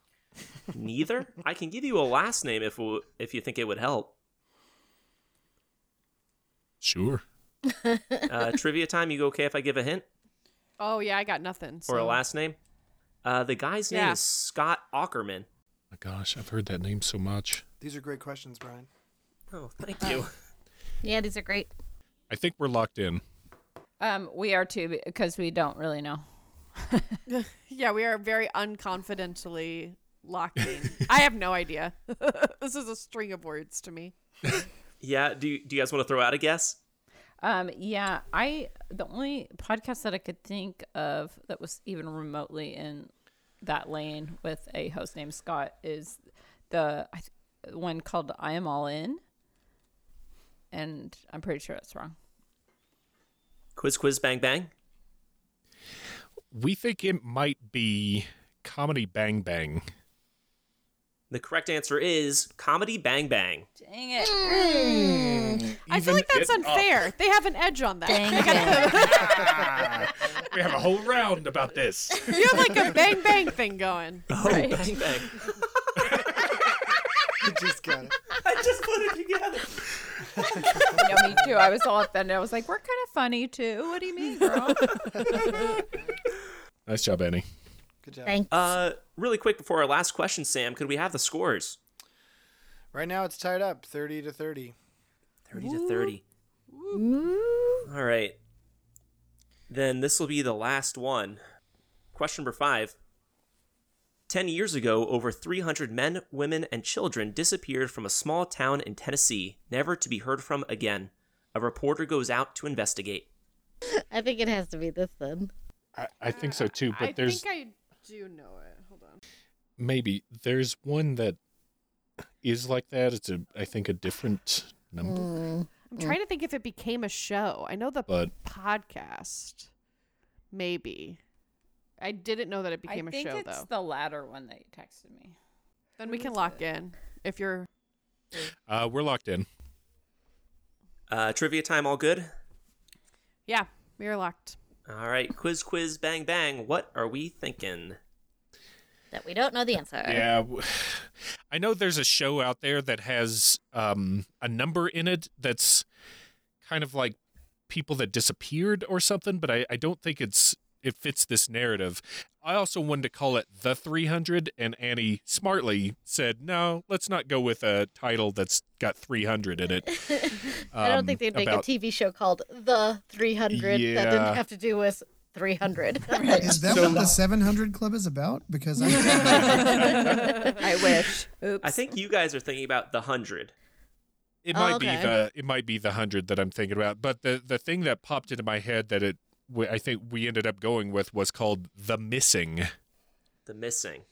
Neither? I can give you a last name if if you think it would help.
Sure.
Uh, trivia time, you go okay if I give a hint
Oh yeah, I got nothing. So.
or a last name? Uh, the guy's name
Yeah.
is Scott Ackerman.
My gosh, I've heard that name so much.
These are great questions, Brian.
Oh, thank you.
Yeah, these are great.
I think we're locked in.
Um, we are too because we don't really know.
Yeah, we are very unconfidently locking. I have no idea. this is a string of words to me.
yeah, do you, do you guys want to throw out a guess?
Um, yeah, I the only podcast that I could think of that was even remotely in that lane with a host named Scott is the I th- one called I Am All In, and I'm pretty sure that's wrong.
Quiz, quiz, bang, bang.
We think it might be comedy Bang Bang.
The correct answer is Comedy Bang Bang.
Dang it!
I feel like that's unfair. They have an edge on that. They got
We have a whole round about this.
the- you have like a bang bang thing going.
Oh, Bang Bang.
You just got it.
I just put it together.
You know, me too. I was all offended. I was like, "We're kind of funny too." What do you mean, girl?
Nice job, Annie.
Good job.
Thanks.
Uh, really quick before our last question, Sam, could we have the scores?
Right now it's tied up 30 to 30.
30 to 30. All right. Then this will be the last one. Question number five. Ten years ago, over 300 men, women, and children disappeared from a small town in Tennessee, never to be heard from again. A reporter goes out to investigate.
I think it has to be this then.
I, I think so too, but
I
there's
think I do know it. Hold on.
maybe there's one that is like that. It's a I think a different number,
Mm. I'm trying to think if it became a show. I know the
but
podcast. Maybe. I didn't know that it
I
became a
think
show
it's
though.
the latter one that you texted me.
then we can lock in if you're
uh, we're locked in.
Uh, trivia time, all good?
Yeah, we are locked.
All right, quiz, quiz, bang, bang. What are we thinking?
That we don't know the answer.
Yeah,
I know there's a show out there that has um, a number in it that's kind of like people that disappeared or something, but I, I don't think it's it fits this narrative. I also wanted to call it the 300, and Annie smartly said, "No, let's not go with a title that's got 300 in it."
I don't
Um,
think they'd make
about-
a TV show called The 300 that
Yeah.
didn't have to do with 300.
Is that what the 700 Club is about? Because I
I wish. Oops.
I think you guys are thinking about the hundred.
It
Oh,
might
okay.
be the it might be the hundred that I'm thinking about, but the the thing that popped into my head that it we- I think we ended up going with was called the missing.
The missing.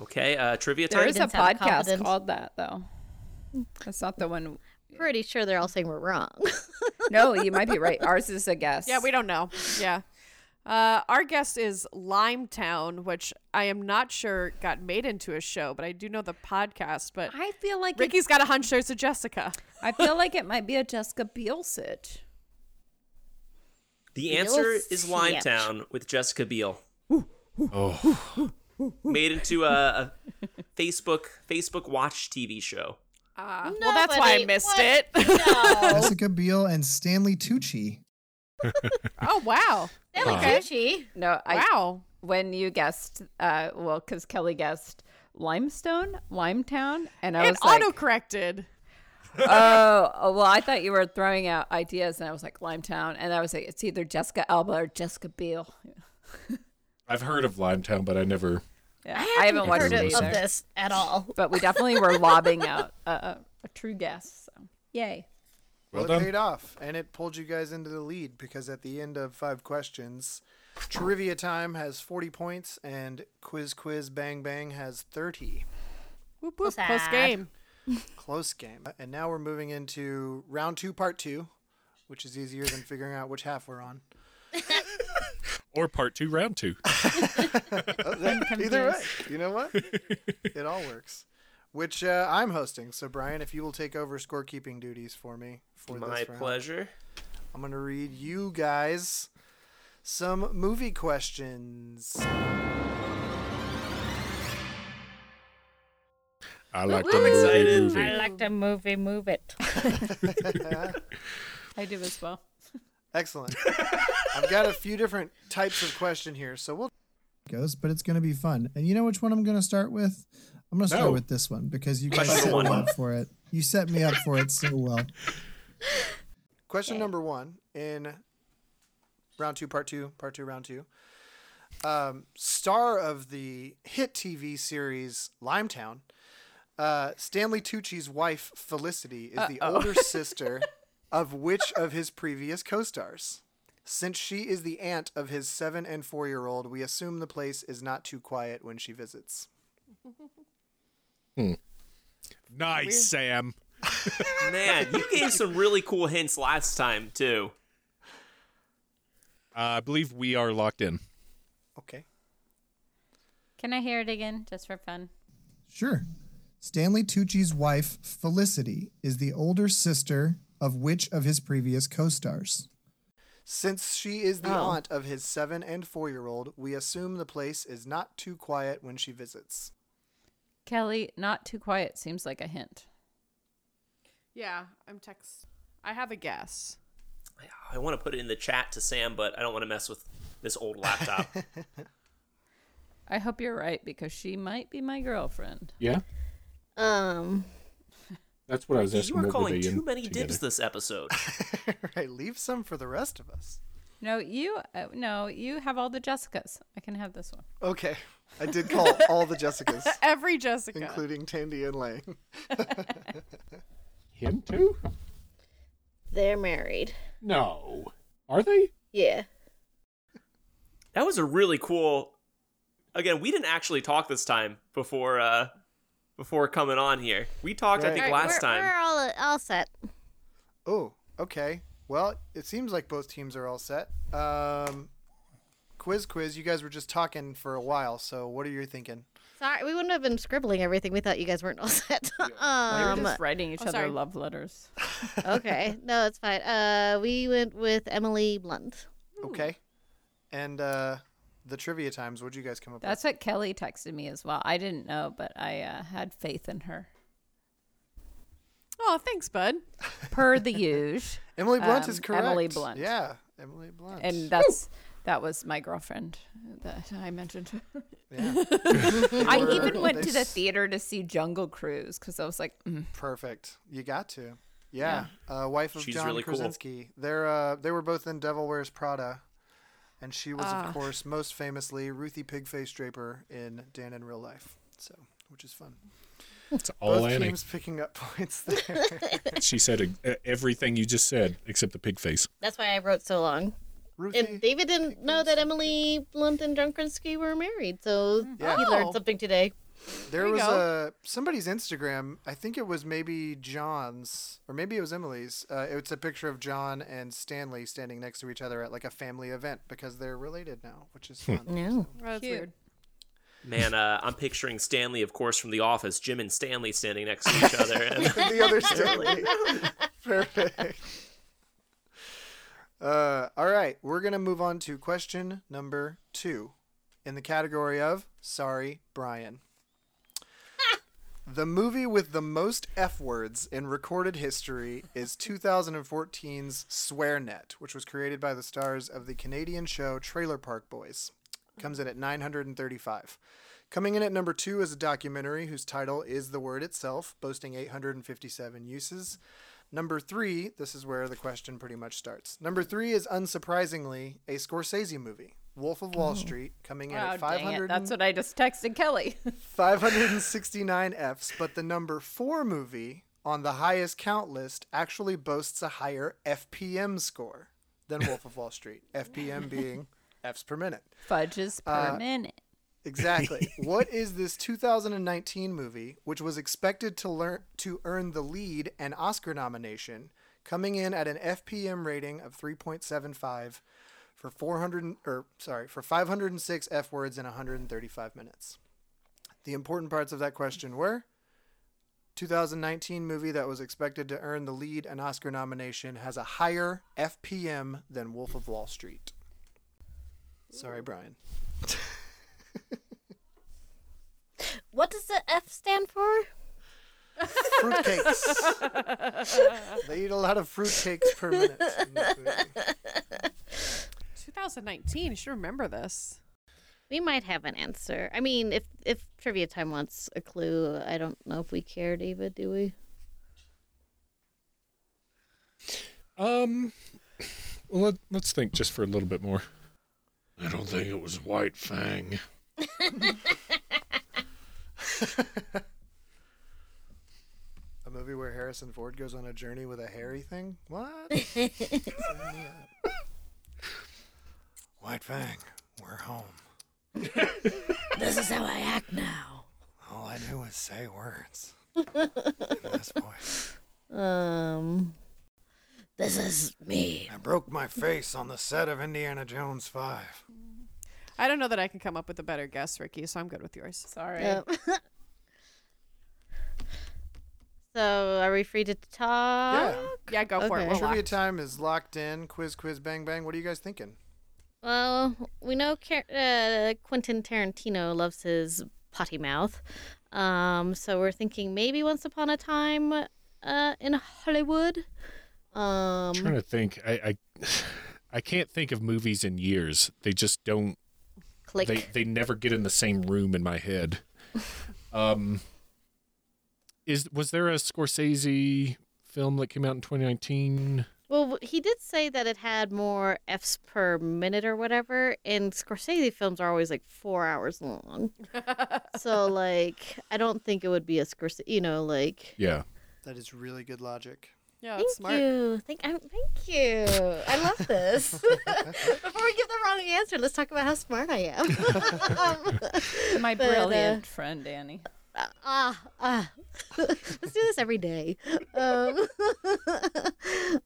Okay, uh, trivia time.
There Sorry,
There is a
didn't sound
podcast
confident.
called that though. That's not the one.
Pretty sure they're all saying we're wrong.
No, you might be right. Ours is a guess.
Yeah, we don't know. Yeah. Uh, our guest is Limetown, which I am not sure got made into a show, but I do know the podcast. But
I feel like it,
Ricky's got a hunch there's a Jessica.
I feel like it might be a Jessica Biel sit.
The answer
Biel's
is
shit.
Limetown with Jessica Biel.
Oh.
Made into a, a Facebook Facebook Watch TV show.
Uh, well, that's why I
Nobody-
missed
what?
it.
No.
Oh.
Jessica Biel and Stanley Tucci.
oh, wow.
That was
Okay.
Gucci.
No, I
wow.
when you guessed, uh, well, because Kelly guessed limestone, Limetown, and I
It
was like,
auto-corrected.
oh, oh, well, I thought you were throwing out ideas, and I was like Limetown, and I was like, it's either Jessica Alba or Jessica Biel.
I've heard of Limetown, but I never.
Yeah,
I haven't
watched
heard
it
of,
either.
of this at all.
but we definitely were lobbing out a, a, a true guess. So. Yay.
Well
well, it
done.
paid off, and it pulled you guys into the lead because at the end of five questions, Trivia Time has 40 points and Quiz Quiz Bang Bang has 30.
Whoop, whoop,
Sad.
close game.
Close game. And now we're moving into round two, part two, which is easier than figuring out which half we're on.
Or part two, round two.
Either way, you know what? it all works. Which uh, I'm hosting. So, Brian, if you will take over scorekeeping duties for me for
My
this round.
pleasure.
I'm going to read you guys some movie questions.
I like
I'm excited.
movie.
like the movie Move It.
I do as well.
Excellent. I've got a few different types of question here, so we'll
goes, but it's going to be fun. And you know which one I'm going to start with? I'm going to start
No.
with this one because you guys
Question
set
one.
me up for it. You set me up for it so well.
question number one in round two, part two, part two, round two. Um, star of the hit TV series Limetown, uh, Stanley Tucci's wife Felicity is the older sister of which of his previous co-stars? Since she is the aunt of his seven and four-year-old, we assume the place is not too quiet when she visits.
Nice, Sam.
Man, you gave some really cool hints last time too.
Uh, I believe we are locked in.
Okay.
Can I hear it again just for fun?
Sure. Stanley Tucci's wife, Felicity, is the older sister of which of his previous co stars?
Since she is the
Oh.
aunt of his seven and four year old, we assume the place is not too quiet when she visits.
Kelly, not too quiet seems like a hint.
Yeah, I'm text. I have a guess.
I want to put it in the chat to Sam, but I don't want to mess with this old laptop.
I hope you're right because she might be my girlfriend.
Yeah,
Um,
that's what I was
You
asking.
are
what were
calling
they in
too many
together?
dibs this episode.
right, leave some for the rest of us.
No, you uh, no, you have all the Jessicas. I can have this one.
Okay, I did call all the Jessicas,
Every Jessica.
including Tandy and Lang.
Him too?
they're married.
No, are they?
Yeah.
That was a really cool. Again, we didn't actually talk this time before uh before coming on here. We talked, I
Right.
think,
All right,
last
we're,
time.
We're all all set.
Oh, okay. Well, it seems like both teams are all set. Um, quiz, quiz. You guys were just talking for a while, so what are you thinking?
Sorry, we wouldn't have been scribbling everything. We thought you guys weren't all set.
We were
um,
just writing each
oh,
other
sorry.
love letters.
okay, no, it's fine. Uh, we went with Emily Blunt.
Okay. And uh, the trivia times. What'd you guys come up
That's what Kelly texted me as well. I didn't know, but I uh, had faith in her.
Oh, thanks, bud.
Per the usual,
with? Emily Blunt is
um,
correct.
Emily Blunt.
Yeah, Emily Blunt.
and that's that was my girlfriend that I mentioned.
yeah,
I
were-
even went
they
to the
s-
theater to see Jungle Cruise because I was like, mm,
perfect. You got to. Yeah, Uh, wife of
She's
John
really cool.
Krasinski. They're uh, they were both in Devil Wears Prada, and she was
Ah.
of course most famously Ruthie Pigface Draper in Dan in Real Life. So, which is fun.
It's all
Both
Annie.
teams picking up points there.
She said e- everything you just said except the pig face.
That's why I wrote so long. And
Ruthie,
David didn't know that Emily Blunt and John Krasinski were married, so he
Oh.
learned something today.
there
you
was
go.
a somebody's Instagram. I think it was maybe John's or maybe it was Emily's. Uh, it's a picture of John and Stanley standing next to each other at like a family event because they're related now, which is fun.
No.
Oh, that's weird.
Man, uh, I'm picturing Stanley, of course, from The Office. Jim and Stanley standing next to each other. And
the other Stanley. Perfect. Uh, all right, we're gonna move on to question number two, in the category of "Sorry, Brian." the movie with the most f words in recorded history is 2014's SwearNet, which was created by the stars of the Canadian show Trailer Park Boys. Comes in at 935. Coming in at number two is a documentary whose title is the word itself, boasting 857 uses. Number three, this is where the question pretty much starts. Number three is unsurprisingly a Scorsese movie, Wolf of Wall Street, coming in
wow,
at
Oh. dang
500.
it. That's what I just texted Kelly.
569 Fs, but the number four movie on the highest count list actually boasts a higher FPM score than Wolf of Wall Street. FPM being Fs per minute.
Fudges per minute.
Exactly. what is this 2019 movie, which was expected to learn to earn the lead and Oscar nomination, coming in at an FPM rating of 3.75 for 400 and- or sorry for 506 f words in 135 minutes. The important parts of that question were 2019 movie that was expected to earn the lead and Oscar nomination has a higher FPM than Wolf of Wall Street. Sorry, Brian.
What does the F stand for?
fruitcakes. they eat a lot of fruitcakes per minute. in this movie.
2019. You should remember this.
We might have an answer. I mean, if if trivia time wants a clue, I don't know if we care, David. Do we?
Um, well, let, let's think just for a little bit more. I don't think it was White Fang.
A movie where Harrison Ford goes on a journey with a hairy thing? What? Sign me up. White Fang, we're home.
This is how I act now.
All I do is say words. In this voice.
Um, this is me.
I broke my face on the set of Indiana Jones 5.
I don't know that I can come up with a better guess, Ricky. So I'm good with yours.
Sorry.
Yep. so, are we free to talk?
Yeah.
Yeah, go for it.
Okay.
We're
Trivia
locked.
time is locked in. Quiz, quiz, bang, bang. What are you guys thinking?
Well, we know Car- uh, Quentin Tarantino loves his potty mouth. Um, so we're thinking maybe Once Upon a Time uh, in Hollywood. Um,
I'm trying to think. I, I I can't think of movies in years. They just don't
Click.
They they never get in the same room in my head. Um, is was there a Scorsese film that came out in 2019?
Well, w- he did say that it had more Fs per minute or whatever, and Scorsese films are always like four hours long. so, like, I don't think it would be a Scorsese, you know, like.
Yeah.
That is really good logic.
Yeah,
Thank
that's smart.
you. Thank, I, thank you. I love this. Before we give the wrong answer, let's talk about how smart I am.
My
But, uh,
brilliant friend Annie.
ah, ah. Let's do this every day. Um,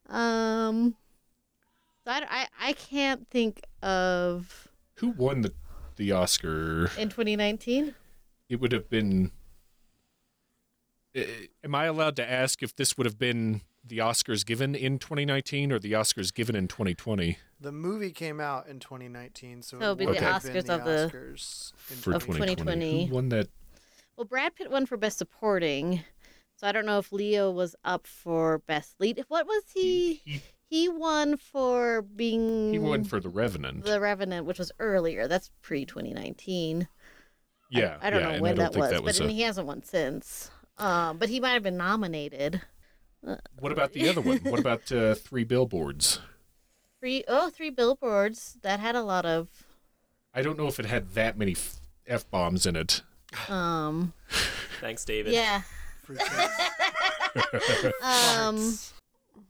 um, so I, I, I can't think of
Who won the the Oscar?
in 2019.
It would have been. Eh, Am I allowed to ask if this would have been the Oscars given in 2019 or the Oscars given in 2020?
The movie came out in 2019, so
So
it would
the
have been
Oscars
the
of the-
Oscars in
for
2020.
2020.
Who won that?
Well, Brad Pitt won for best supporting. So I don't know if Leo was up for best lead. What was he? He won for being
He won for The Revenant.
The Revenant, which was earlier. That's pre 2019.
yeah,
I don't
yeah,
know
and
when
I don't
that
think
was,
that was
but
a-
he hasn't won since. Um, but he might have been nominated.
What about the other one? What about uh, Three Billboards?
Three oh three billboards that had a lot of
I don't know if it had that many f bombs in it.
um
Thanks, David.
yeah um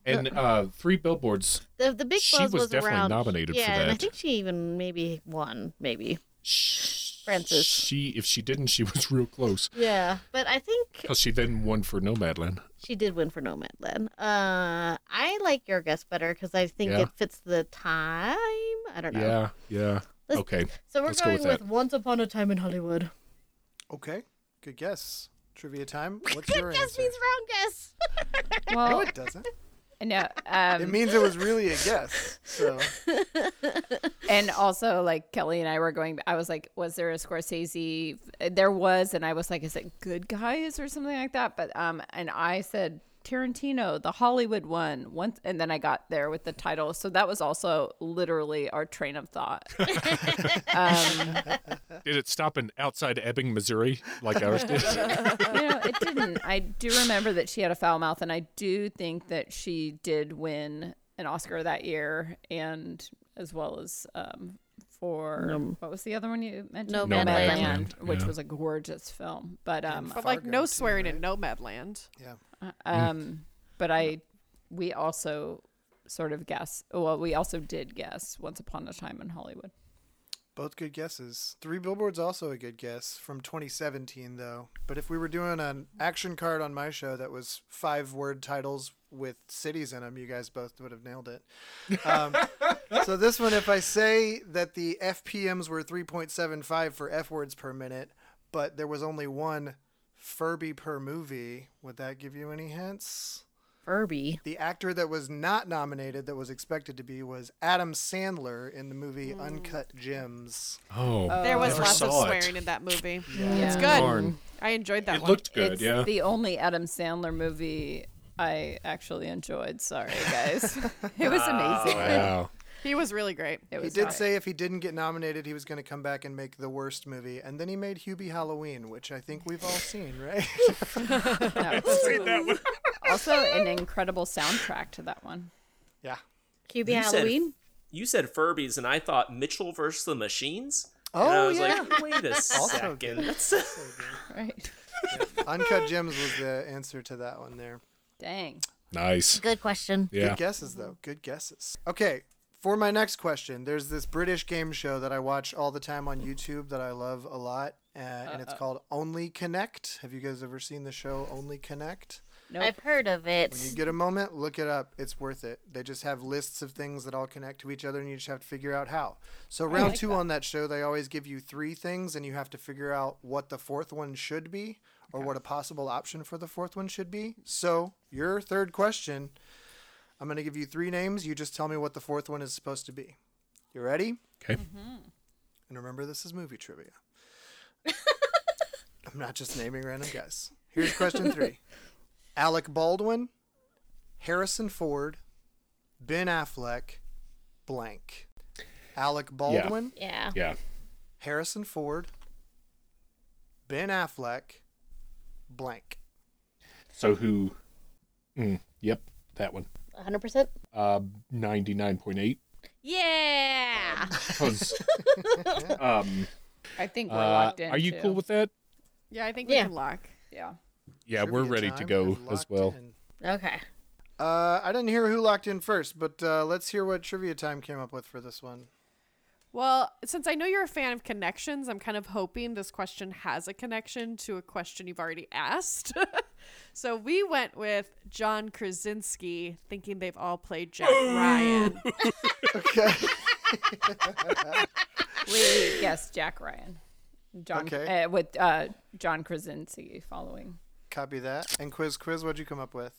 And uh, Three Billboards,
the the big
She
buzz
was
was,
definitely
around
nominated for
yeah and I
that.
think she even maybe won maybe
sh-
Francis.
She, if she didn't, she was real close
yeah but I think
because she then won for Nomadland.
she did win for Nomadland uh I like your guess better because I think
Yeah.
it fits the time I don't know
Yeah, yeah.
Let's-
okay,
so we're
let's go
going
with that.
with Once Upon a Time in Hollywood
Okay, good guess. Trivia time. What's
good
your
guess
answer?
means round guess
No,
Well,
it doesn't.
no,
It
um,
means it was really a guess. So
and also like Kelly and I were going. I was like, was there a Scorsese? There was, and I was like, is it Good Guys or something like that? But um, and I said Tarantino, the Hollywood one, once, and then I got there with the title. So that was also literally our train of thought. um,
Did it stop in outside Ebbing, Missouri, like ours did?
you know, it didn't. I do remember that she had a foul mouth, and I do think that she did win an Oscar that year, and as well as um, for what was the other one you mentioned?
Nomadland.
Nomadland,
which
yeah.
was a gorgeous film. But um,
But like
Fargo,
no
too,
swearing
right?
in Nomadland.
yeah,
um, but I, we also sort of guess. oh, Well, we also did guess Once Upon a Time in Hollywood.
both good guesses. Three billboards also a good guess from 2017 though. But if we were doing an action card on my show that was five word titles with cities in them, you guys both would have nailed it. Um, so this one, if I say that the FPMs were 3.75 for F words per minute, but there was only one Furby per movie, would that give you any hints?
Furby
The actor that was not nominated, that was expected to be, was Adam Sandler in the movie Uncut Gems.
Oh,
There was
never
lots of
saw it.
swearing in that movie.
Yeah.
It's good.
Darn.
I enjoyed that
It
one.
looked good,
it's
yeah.
the only Adam Sandler movie I actually enjoyed. Sorry, guys. it was amazing.
wow.
he was really great.
It
He
was
did
not-
say if he didn't get nominated, he was going to come back and make the worst movie, and then he made Hubie Halloween, which I think we've all seen, right?
no. also an incredible soundtrack to that one.
yeah.
QB
You said-
Halloween
You said Furbies, and I thought Mitchell versus the Machines.
Oh,
and I was
yeah.
like, wait a
Also
second.
good.
That's-
Right.
Uncut Gems was the answer to that one there.
Dang.
Nice.
good question
Yeah.
Good guesses, though. Good guesses. Okay. For my next question, there's this British game show that I watch all the time on YouTube that I love a lot, uh, and it's called Only Connect. Have you guys ever seen the show Only Connect?
Nope.
I've heard of it.
When you get a moment, look it up. It's worth it. They just have lists of things that all connect to each other, and you just have to figure out how. So, round two on that show, they always give you three things, and you have to figure out what the fourth one should be or what a possible option for the fourth one should be. So, your third question I'm going to give you three names. You just tell me what the fourth one is supposed to be. You ready?
Okay.
And remember, this is movie trivia. I'm not just naming random guys. Here's question three Alec Baldwin, Harrison Ford, Ben Affleck, blank. Alec Baldwin,
yeah.
Yeah.
Harrison Ford, Ben Affleck, blank.
So who? Mm, yep, that one.
100%?
Uh, ninety nine point eight.
Yeah.
Because um,
I think we're
uh,
locked in.
are you
too.
cool with that?
Yeah, I think we
Yeah.
can lock.
Yeah.
Yeah, we're
Trivia
ready
time
to
and
go as
locked
well.
in.
Okay.
Uh, I didn't hear who locked in first, but uh, let's hear what trivia time came up with for this one.
Well, since I know you're a fan of connections, I'm kind of hoping this question has a connection to a question you've already asked. so we went with John Krasinski, thinking they've all played Jack Ryan.
Okay.
We guessed Jack Ryan. John
Okay.
uh, with uh, John Krasinski following.
Copy that. And quiz, quiz, what'd you come up with?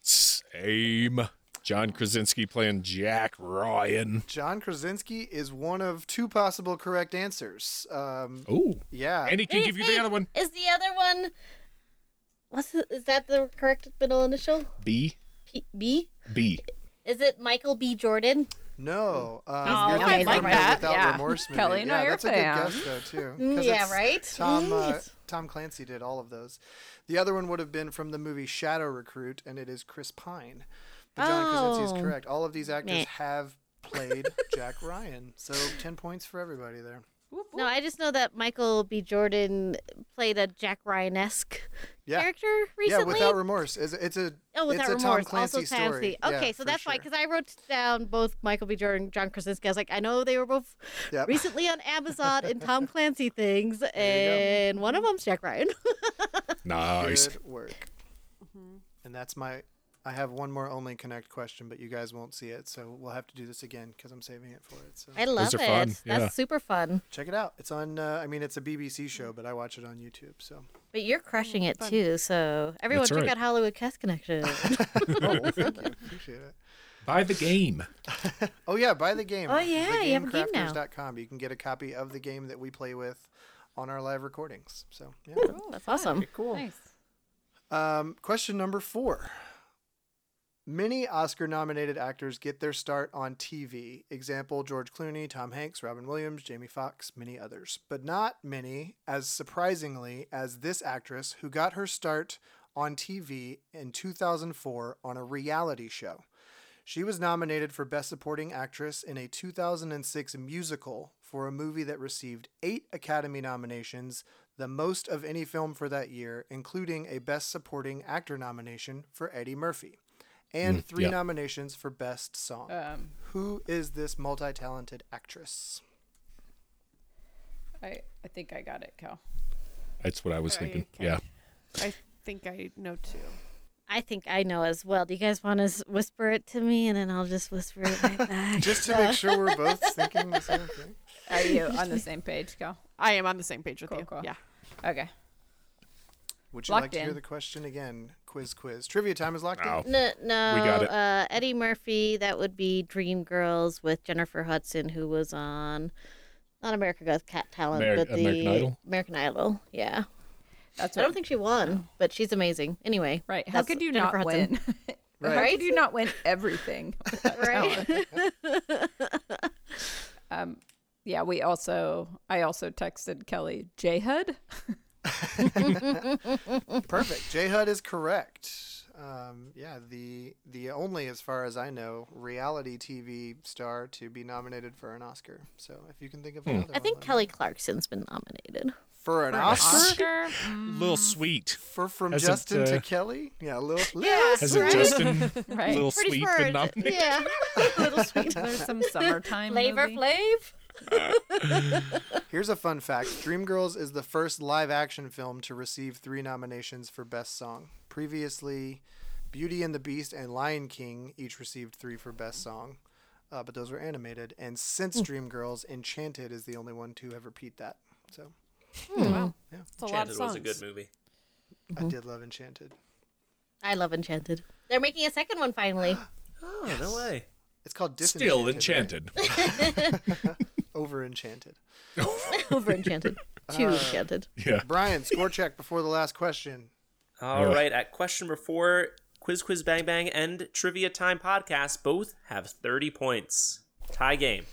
Same. John Krasinski playing Jack Ryan.
John Krasinski is one of two possible correct answers. Um,
Oh,
yeah.
and he can give you the other one.
Is the other one. What's the, is that the correct middle initial?
B
P- B?
B.
Is it Michael B. Jordan?
no. Um,
Oh,
you're
I
thinking
like
of the
that.
Without
Yeah.
Remorse movie.
Kelly, no,
yeah,
you're
that's
a
a good
fan.
guess, though, too.
Mm,
'cause
yeah,
it's
right?
Tom, uh,
Yes.
Tom Clancy did all of those. The other one would have been from the movie Shadow Recruit, and it is Chris Pine. But John Krasinski
Oh.
is correct. All of these actors
Meh.
have played Jack Ryan. So 10 points for everybody there.
No, I just know that Michael B. Jordan played a Jack Ryan esque
Yeah.
character recently.
Yeah, without remorse. It's, it's a
Oh, without
it's a Tom
remorse.
Clancy
also
story.
Clancy.
Yeah,
Okay, so
for
that's why,
sure.
because I wrote down both Michael B. Jordan, and John Krasinski. I was like, I know they were both
Yep.
recently on Amazon and Tom Clancy things, and one of them's Jack Ryan.
Nice.
Good work. Mm-hmm. And that's my. I have one more only connect question, but you guys won't see it, so we'll have to do this again because I'm saving it for it. So
I love
are
it.
fun,
That's
yeah.
super fun.
check it out. It's on. Uh, I mean, it's a BBC show, but I watch it on YouTube. So
But you're crushing it too. So everyone,
That's
check
right.
out Hollywood Cast Connection. Oh,
appreciate it.
Buy the game.
Oh yeah, buy the game.
Oh, yeah, you have a game now.
thegamecrafters.com. You can get a copy of the game that we play with on our live recordings. So yeah.
that's awesome.
cool.
Nice.
Um, question number four. Many Oscar nominated actors get their start on TV. Example George Clooney, Tom Hanks, Robin Williams, Jamie Foxx, many others. But not many, as surprisingly, as this actress who got her start on TV in 2004 on a reality show. She was nominated for Best Supporting Actress in a 2006 musical for a movie that received eight Academy nominations, the most of any film for that year, including a Best Supporting Actor nomination for Eddie Murphy, and three
yeah.
nominations for Best Song.
Um,
Who is this multi talented actress?
I, I think I got it, Cal.
That's what I was thinking.
okay.
Yeah.
I think I know too.
I think I know as well. Do you guys want to whisper it to me, and then I'll just whisper it right back?
Just to make sure we're both thinking the same thing.
Are you on the same page, Cal?
I am on the same page with
Cool,
you.
cool.
Yeah.
Okay.
Would you like
Locked
to hear
in.
the question again? Quiz, quiz. Trivia time is locked
Wow.
in.
No, no.
got it.
Uh, Eddie Murphy. That would be Dreamgirls with Jennifer Hudson, who was on not America Got Cat Talent,
Ameri-
but the
American Idol?
American Idol. Yeah,
That's
I
what,
don't think she won, but she's amazing. Anyway,
right. How
that's
could you
Jennifer
not
Hudson.
win? How could you not win everything? with that
Right?
talent? Um, yeah, we also, I also texted Kelly J HUD.
Perfect. J HUD is correct. Um, yeah, the the only, as far as I know, reality TV star to be nominated for an Oscar. So if you can think of another,
I think
one.
Kelly Clarkson's been nominated.
for an Oscar,
Little
Mm.
sweet.
for from
Hasn't,
Justin to
uh,
Kelly. Yeah, a little.
Has it Justin
Right.
Little
Pretty
Sweet
sure
been
it-
nominated?
Yeah, little sweet.
There's some summertime
Flavor
movie.
Flav.
Here's a fun fact: Dreamgirls is the first live action film to receive three nominations for Best Song. Previously, Beauty and the Beast and Lion King each received three for Best Song, uh, but those were animated. And since Dreamgirls, Enchanted is the only one to have repeat that. So
Wow. It's a lot of
Enchanted
songs.
Hmm. was a good movie.
I did love Enchanted.
I love Enchanted. They're making a second one finally.
Oh no way!
It's called Disenchanted.
Still
right?
enchanted.
Over Enchanted.
Over Enchanted. Too Enchanted.
Yeah.
Brian, score check before the last question.
All
Yeah.
right, at question number four, Quiz Quiz Bang Bang and Trivia Time podcast both have 30 points. Tie game.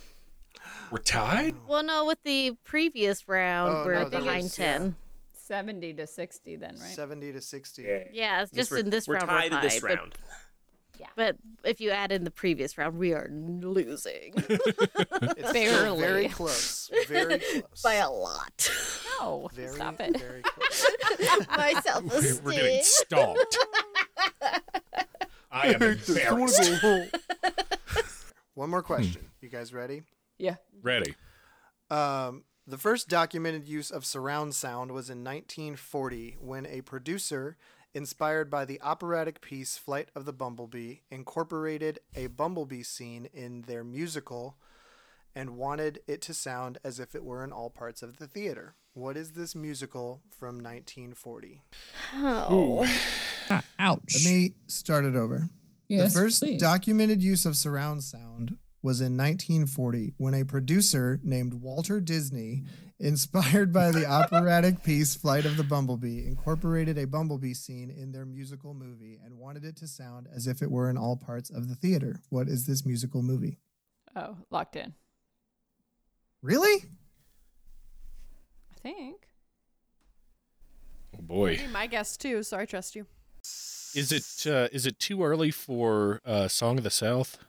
We're tied?
Well, no, with the previous round,
Oh,
we're
no, that
behind
was- yeah.
ten.
70 to 60 then, right?
70 to 60.
Yeah, it's just
we're-
in this
we're
round
tied
we're
in this
tied, but-
round.
But if you add in the previous round, we are losing
It's still
Barely.
very close. Very close.
by a lot.
No,
very,
stop it.
Very close.
My
We're,
self-esteem.
we're getting stomped. I am embarrassed.
One more question. You guys ready?
Yeah.
Ready.
Um, the first documented use of surround sound was in 1940 when a producer, inspired by the operatic piece Flight of the Bumblebee, incorporated a bumblebee scene in their musical and wanted it to sound as if it were in all parts of the theater. What is this musical from 1940?
Oh.
Let me start it over. the first documented use of surround sound was in 1940 when a producer named Walter Disney, inspired by the operatic piece Flight of the Bumblebee, incorporated a bumblebee scene in their musical movie and wanted it to sound as if it were in all parts of the theater. What is this musical movie?
Oh, locked in.
Really?
I think.
Oh boy.
Be my guess too, so I trust you.
Is it uh, is it too early for uh, Song of the South?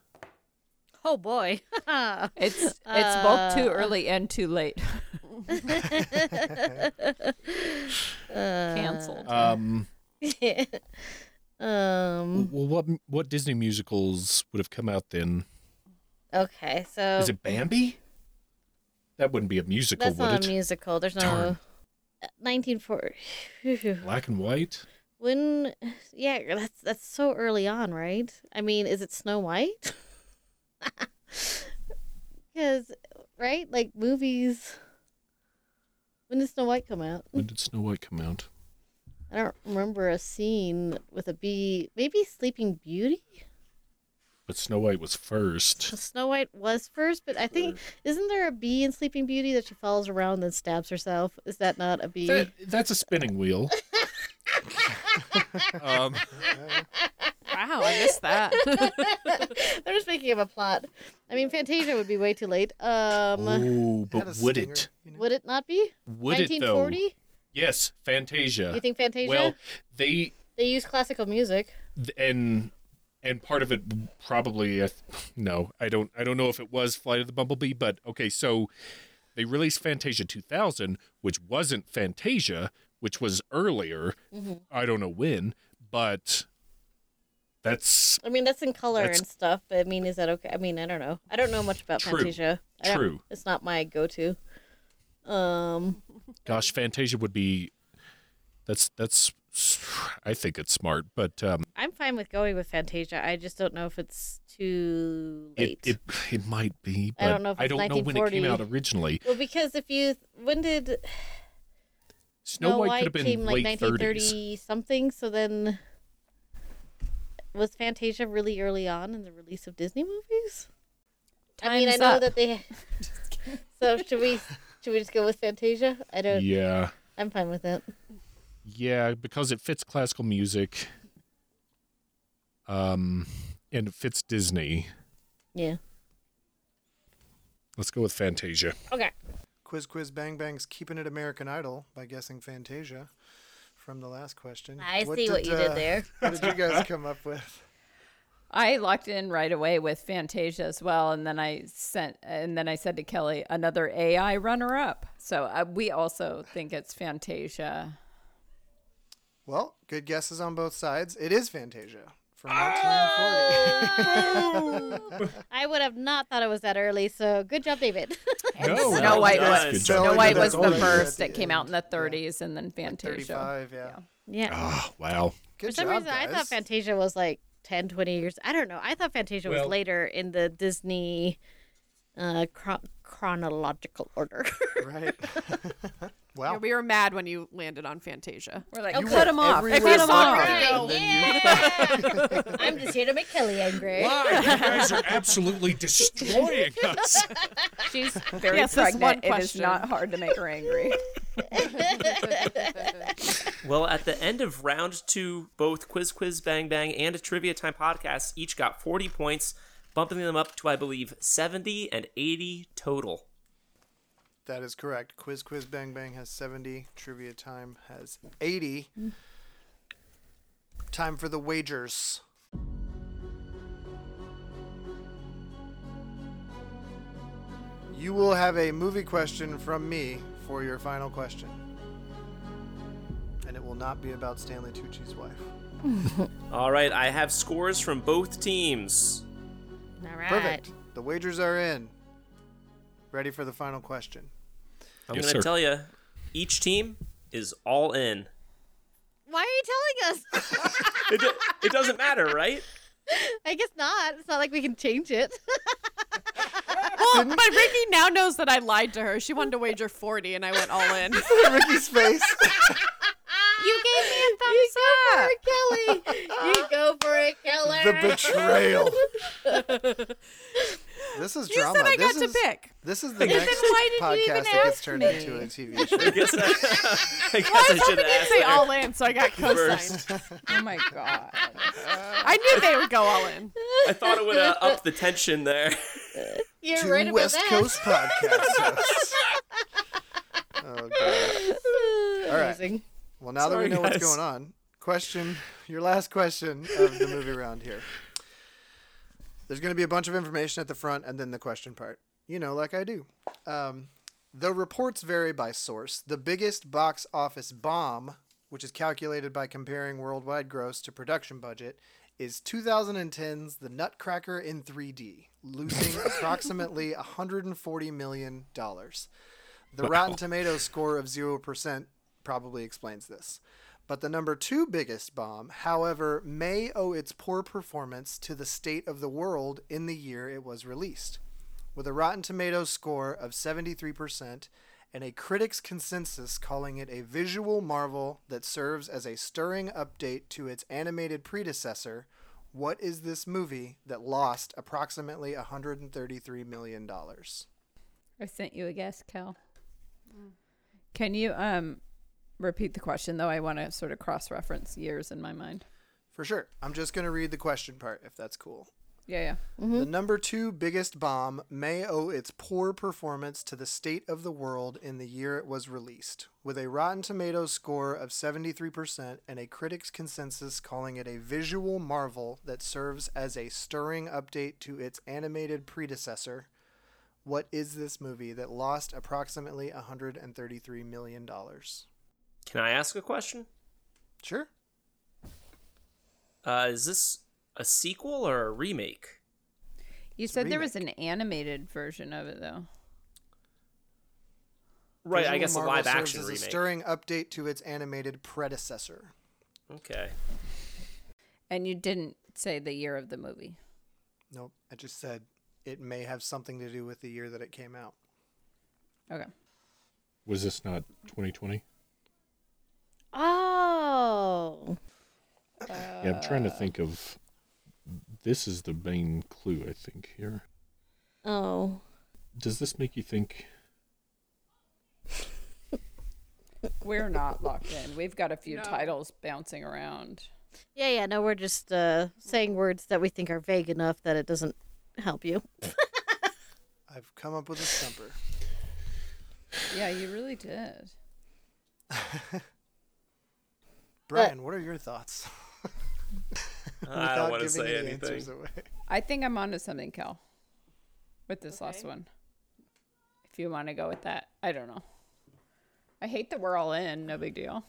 Oh boy. Um,
It's it's both too early and too late. Canceled.
Um,
um.
well, what what Disney musicals would have come out then?
Okay, so
Is it Bambi? That wouldn't be a musical,
that's
would
not
it?
a musical. There's no. Uh,
Darn.
1940.
Black and white.
When, yeah, that's that's so early on, right? I mean, is it Snow White? Because, right, like movies. When did Snow White come out?
When did Snow White come out?
I don't remember a scene with a bee. Maybe Sleeping Beauty.
But Snow White was first.
Snow White was first, but I think isn't there a bee in Sleeping Beauty that she follows around and stabs herself? Is that not a bee?
That- that's a spinning wheel. um,
Wow, I missed that.
I'm just making up a plot. I mean, Fantasia would be way too late. Um,
oh,
Had
but
a
would
stinger,
it?
you know?
would it not be?
Would it though?
1940?
Yes, Fantasia.
You think Fantasia?
Well, they
they use classical music.
th- and and part of it probably if, no i don't i don't know if it was flight of the bumblebee but okay so they released fantasia 2000 which wasn't fantasia which was earlier
Mm-hmm.
i don't know when but that's
I mean, that's in color
That's-
and stuff. But I mean, is that okay? I mean, I don't know. I don't know much about
True.
Fantasia. I don't-
True.
It's not my go-to. Um,
gosh fantasia would be that's that's i think it's smart but um
I'm fine with going with Fantasia. I just don't know if it's too
it,
late.
it it might be but
I don't know if
i
it's
don't know when it came
1940.
out originally
Well, because if you when did
snow, white, could have been
came like
late 30s
1930 something? So then, was Fantasia really early on in the release of Disney movies? I mean, I
Time's
know
up.
that they. so should we should we just go with Fantasia? I don't.
yeah
I'm fine with it.
Yeah, because it fits classical music. Um and it fits Disney.
Yeah.
Let's go with Fantasia.
Okay.
Quiz Quiz Bang Bang's Keeping It American Idol by guessing Fantasia from the last question. uh,
I see what you did there.
What did you guys come up with?
I locked in right away with Fantasia as well, and then I sent, and then I said to Kelly, another AI runner-up. So uh, we also think it's Fantasia.
Well, good guesses on both sides. It is Fantasia from 1940.
I would have not thought it was that early. So good job, David.
No,
Snow White
Oh, that's
was-
good
Snow
job.
Snow White
that
was the
going
first
at the
that came out in the 30s, and then Fantasia.
35, yeah.
yeah.
Ah, wow.
Good
For some
job,
reason, I thought
guys.
Fantasia was like 10, 20 years. I don't know. I thought Fantasia
Well-
was later in the Disney uh, chron- chronological order.
Right. wow.
Yeah, we were mad when you landed on Fantasia.
We're like,
Okay.
cut him off.
Everywhere
Cut him
but
off.
right.
All
And
yeah! I'm just here to make Kelly angry.
Why? You guys are absolutely destroying us.
She's very
Yes, this
pregnant.
one
It is
question.
not hard to make her angry.
Well, at the end of round two, both Quiz Quiz Bang Bang and Trivia Time Podcast each got 40 points, bumping them up to, I believe, 70 and 80 total.
That is correct. Quiz Quiz Bang Bang has 70. Trivia Time has 80. Time for the wagers. You will have a movie question from me for your final question. And it will not be about Stanley Tucci's wife.
All right, I have scores from both teams.
All right.
Perfect. The wagers are in. Ready for the final question.
I'm
Yes,
gonna
sir.
tell you, each team is all in.
Why are you telling us?
It, do- it doesn't matter, right?
I guess not. It's not like we can change it.
Well, but Ricky now knows that I lied to her. She wanted to wager 40, and I went all in.
Ricky's face.
you gave me a thumbs up. Go for it, Kelly. You go for it, Kelly.
the betrayal. this is
You
drama.
said I
this
got to
is,
pick.
This is the
Then
next
why did you even
podcast that gets
ask
turned
me?
into a TV show.
I guess I, I, guess I should
I
have
say
asked
all in, so I got
her
cosigned.
first.
Oh my god.
I knew they would go all in.
I thought it would uh, up the tension there.
You're
Two
right about
West
that.
Coast podcasts. hosts. oh, God. All right.
Amazing.
Well, now
Sorry,
that we know
guys.
what's going on, question your last question of the movie round here. There's going to be a bunch of information at the front and then the question part. You know, like I do. Um, though reports vary by source, the biggest box office bomb, which is calculated by comparing worldwide gross to production budget, is 2010's The Nutcracker in 3D, losing approximately $140 million. The Rotten Tomatoes score of 0% probably explains this. But the number two biggest bomb, however, may owe its poor performance to the state of the world in the year it was released. With a Rotten Tomatoes score of 73% and a critics' consensus calling it a visual marvel that serves as a stirring update to its animated predecessor, what is this movie that lost approximately $133 million?
I sent you a guess, Kel. Can you um repeat the question though? I want to sort of cross reference years in my mind.
For sure. I'm just going to read the question part if that's cool.
Yeah, yeah.
The number two biggest bomb may owe its poor performance to the state of the world in the year it was released, with a Rotten Tomatoes score of 73% and a critics' consensus calling it a visual marvel that serves as a stirring update to its animated predecessor. What is this movie that lost approximately $133 million?
Can I ask a question?
Sure.
Uh, is this a sequel or a remake?
You
a
said there was an animated version of it though.
Right, I
Visual
guess a
marvel
live
serves
action
as
remake.
A stirring update to its animated predecessor.
Okay.
And you didn't say the year of the movie.
Nope. I just said it may have something to do with the year that it came out.
Okay.
Was this not 2020?
Oh.
yeah, I'm trying to think of. This is the main clue, I think, here.
Oh.
Does this make you think?
We're not locked in. We've got a few titles bouncing around.
Yeah, yeah. No, we're just uh, saying words that we think are vague enough that it doesn't help you.
I've come up with a stumper.
Yeah, you really did.
Brian, what are your thoughts?
I don't
Without
want to
giving
say
any
anything.
answers away.
I think I'm onto something, Kel, with this last one. If you want to go with that, I don't know. I hate that we're all in. No big deal.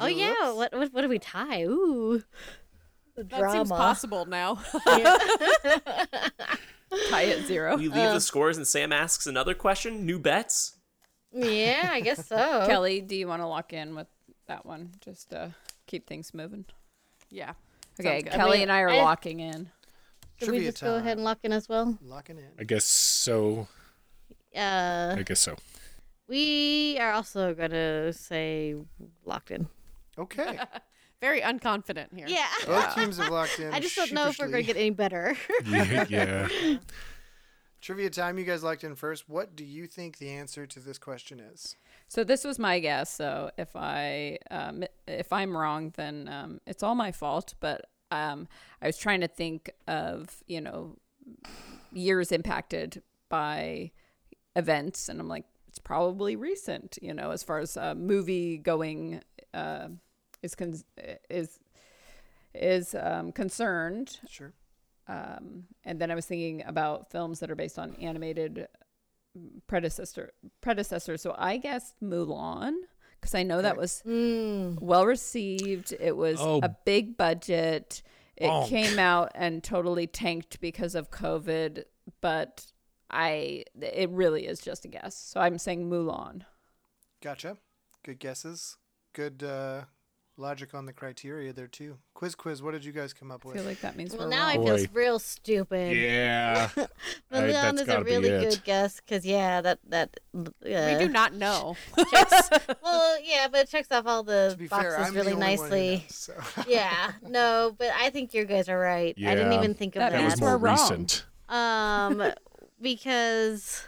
oh yeah. What, what what do we tie? Ooh. The
That seems possible now.
Tie at zero.
We leave the scores and Sam asks another question. New bets?
yeah, I guess so.
Kelly, do you want to lock in with that one? Just uh, keep things moving.
yeah.
Okay,
Sounds good.
Kelly
I mean,
and I are
I-
locking in.
Should we
Trivia
just go ahead and lock in as well?
Locking in.
I guess so.
Uh,
I guess so.
we are also gonna say locked in.
Okay.
Very unconfident here.
Yeah.
Both teams have locked in.
I just don't know if we're gonna
sheepishly.
get any better.
Yeah. yeah.
Trivia time, you guys locked in first. What do you think the answer to this question is?
So this was my guess. So if I um, if I'm wrong, then um, it's all my fault. But um, I was trying to think of you know years impacted by events, and I'm like, it's probably recent, you know, as far as uh, movie going uh, is con- is is um, concerned.
Sure.
Um, and then I was thinking about films that are based on animated mm, predecessor predecessors. So I guessed Mulan because I know that was well received. It was
Oh.
a big budget. It
Bonk.
came out and totally tanked because of COVID, but I it really is just a guess. So I'm saying Mulan.
Gotcha. Good guesses. Good uh, logic on the criteria there too. Quiz quiz. What did you guys come up
I
with?
feel like that means
Well,
we're
now
wrong.
I
Boy.
feel s- real stupid.
Yeah. I-
Mulan
that's
is a
gotta be
really
it.
good guess because yeah, that that
We do
uh,
not know.
well, yeah, but it checks off all the
to be
boxes
fair, I'm
really
the only one who
nicely.
knows, so.
yeah, no, but I think you guys are right. I didn't
Yeah.
even think of
That
that.
That was
That's
more
where we're wrong.
recent.
um, because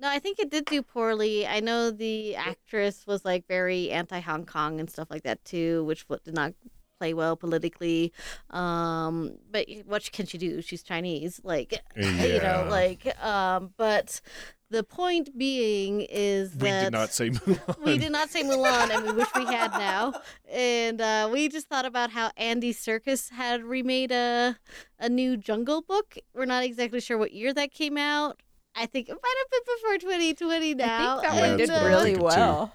no, I think it did do poorly. I know the actress was like very anti Hong Kong and stuff like that too, which w- did not play well politically. Um, but what can she do? She's Chinese, like you
Yeah.
know, like um. But the point being is
We
that
did not say Mulan.
we did not say Mulan, and we wish we had now. And uh, we just thought about how Andy Circus had remade a a new Jungle Book. We're not exactly sure what year that came out. I think it might have been before 2020 now.
I think
uh,
that
Yeah,
one
that's
did
what I'm
really
thinking, too.
well.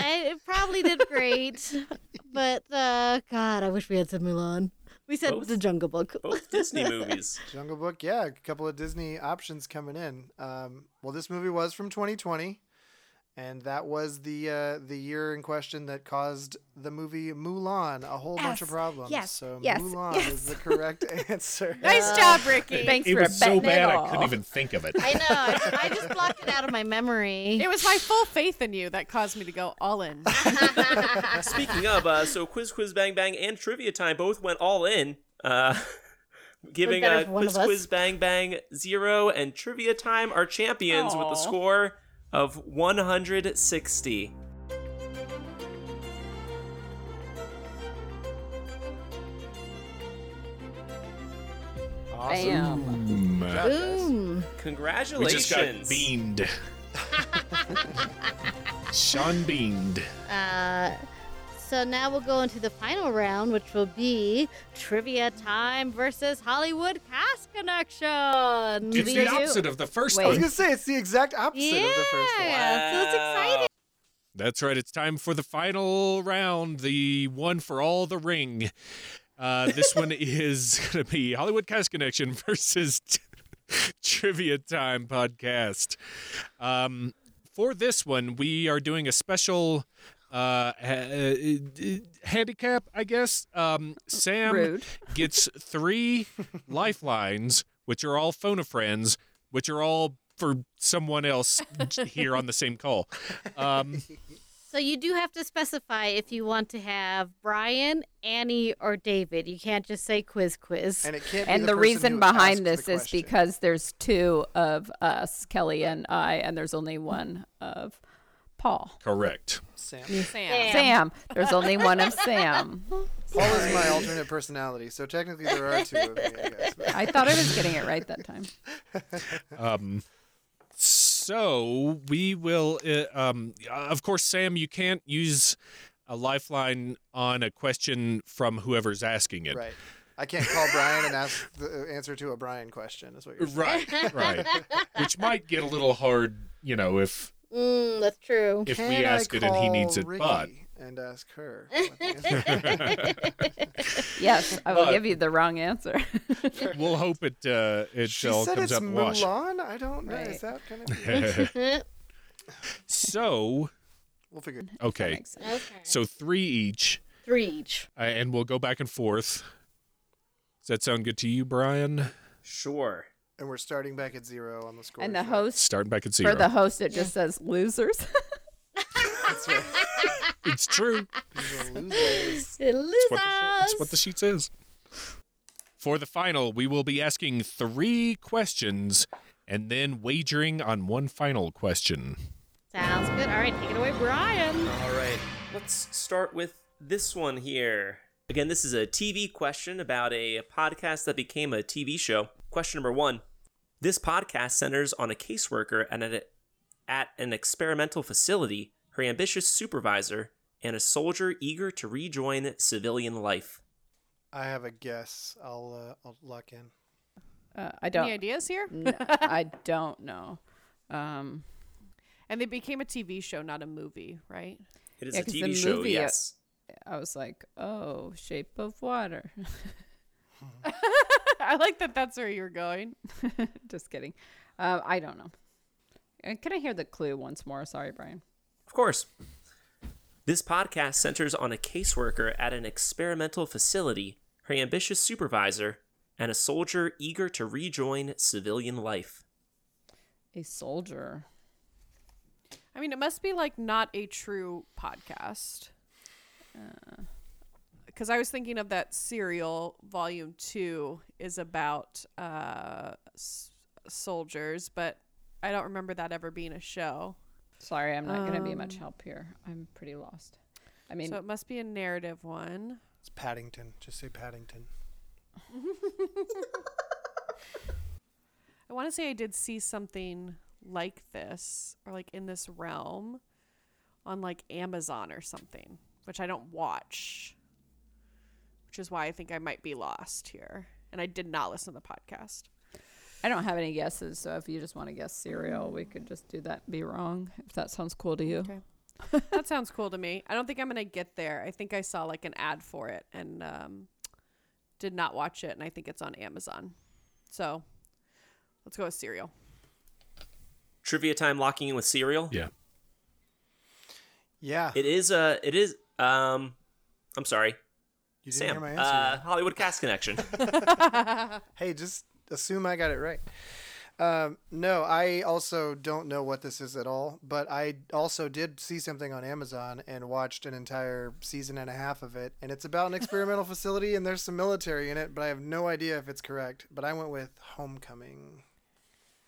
I, it probably did great, but uh, God, I wish we had said Mulan. We said
Both-
the Jungle Book.
Both Disney movies.
Jungle Book, yeah, a couple of Disney options coming in. Um, well, this movie was from 2020, and that was the uh, the year in question that caused the movie Mulan a whole bunch of
Yes,
problems.
yes,
so
yes,
Mulan
yes.
is the correct answer.
nice job, Ricky.
Thanks
It
for
was so
betting it
bad I
all.
couldn't even think of it.
I know. I, I just blocked it out of my memory.
It was my full faith in you that caused me to go all in.
Speaking of, uh, so Quiz Quiz Bang Bang and Trivia Time both went all in, uh, giving
better
uh,
for one
Quiz
of us.
Quiz Bang Bang zero and Trivia Time are champions with
Aw.
a score of 160.
Bam.
Mm.
Boom.
We
Congratulations.
just got beamed. Sean beamed.
Uh, so now we'll go into the final round, which will be trivia time versus Hollywood cast connection.
It's the opposite of the first
Wait.
I was
one.
gonna say it's the exact opposite
yeah,
of the first one.
so it's exciting.
That's right. It's time for the final round, the one for all the ring. Uh, this one is going to be Hollywood Cast Connection versus Trivia Time podcast. Um, for this one, we are doing a special uh, ha- uh, handicap, I guess. Um, Sam
Rude.
gets three lifelines, which are all phone friends, which are all for someone else here on the same call. Um,
So you do have to specify if you want to have Brian, Annie, or David. You can't just say quiz quiz.
And it can't. be
And the,
person
reason
who
behind this
asks the
is
question.
because there's two of us, Kelly and I, and there's only one of Paul.
Correct.
Sam.
Sam.
Sam. There's only one of Sam.
Paul is my alternate personality, so technically there are two of me. I guess. but-
I thought I was getting it right that time.
Um, so we will, uh, um, uh, of course, Sam, you can't use a lifeline on a question from whoever's asking it.
Right. I can't call Brian and ask the uh, answer to a Brian question. Is what you're saying.
Right, right. Which might get a little hard, you know, if
Mm, that's true.
if
Can
we
I
ask it and he
call
needs it, but
Ricky and ask her. what the answer is?
Yes, I will
But-
give you the wrong answer.
we'll hope it uh, it
she
all
said
comes
it's
up wash.
Mulan. I don't know. Is
Right.
that gonna be?
So
we'll figure. it
That
okay,
makes sense.
okay.
so three each,
Three each.
uh, and we'll go back and forth. Does that sound good to you, Brian?
Sure.
And we're starting back at zero on the score.
And the
sheet.
host
Starting back at zero.
for the host, it just says losers.
it's true.
These are losers.
Losers.
what the sheet- That's what the sheet says. For the final, we will be asking three questions and then wagering on one final question.
Sounds good. All right, take it away, Brian.
All right, let's start with this one here. Again, this is a TV question about a podcast that became a TV show. Question number one This podcast centers on a caseworker and at, a, at an experimental facility, her ambitious supervisor, and a soldier eager to rejoin civilian life.
I have a guess. I'll uh, I'll lock in.
Uh, I don't.
Any ideas here?
N- I don't know. Um,
And they became a TV show, not a movie, right?
It is
Yeah,
a
'cause
TV
the
show,
movie, uh,
yes.
I was like, oh, Shape of Water.
I like that. That's where you're going.
Just kidding. Uh, I don't know. Uh, Can I hear the clue once more? Sorry, Brian.
Of course. This podcast centers on a caseworker at an experimental facility, her ambitious supervisor, and a soldier eager to rejoin civilian life.
A soldier.
I mean, it must be like not a true podcast. Because I was thinking of that serial, volume two is about uh, s- soldiers, but I don't remember that ever being a show.
Sorry, I'm not going to be much help here. I'm pretty lost. I mean,
So it must be a narrative one.
It's Paddington. Just say Paddington.
I want to say I did see something like this or like in this realm on like Amazon or something, which I don't watch, which is why I think I might be lost here. And I did not listen to the podcast.
I don't have any guesses. So if you just want to guess cereal, we could just do that. and Be wrong if that sounds cool to you.
Okay. that sounds cool to me. I don't think I'm going to get there. I think I saw like an ad for it and um, did not watch it. And I think it's on Amazon. So let's go with cereal.
Trivia time locking in with cereal.
Yeah.
Yeah.
It is uh it is um I'm sorry.
you didn't
Sam.
hear my answer.
uh Hollywood Cast Connection.
Hey, just assume I got it right. Um, no, I also don't know what this is at all, but I also did see something on Amazon and watched an entire season and a half of it, and it's about an experimental facility and there's some military in it, but I have no idea if it's correct. But I went with Homecoming.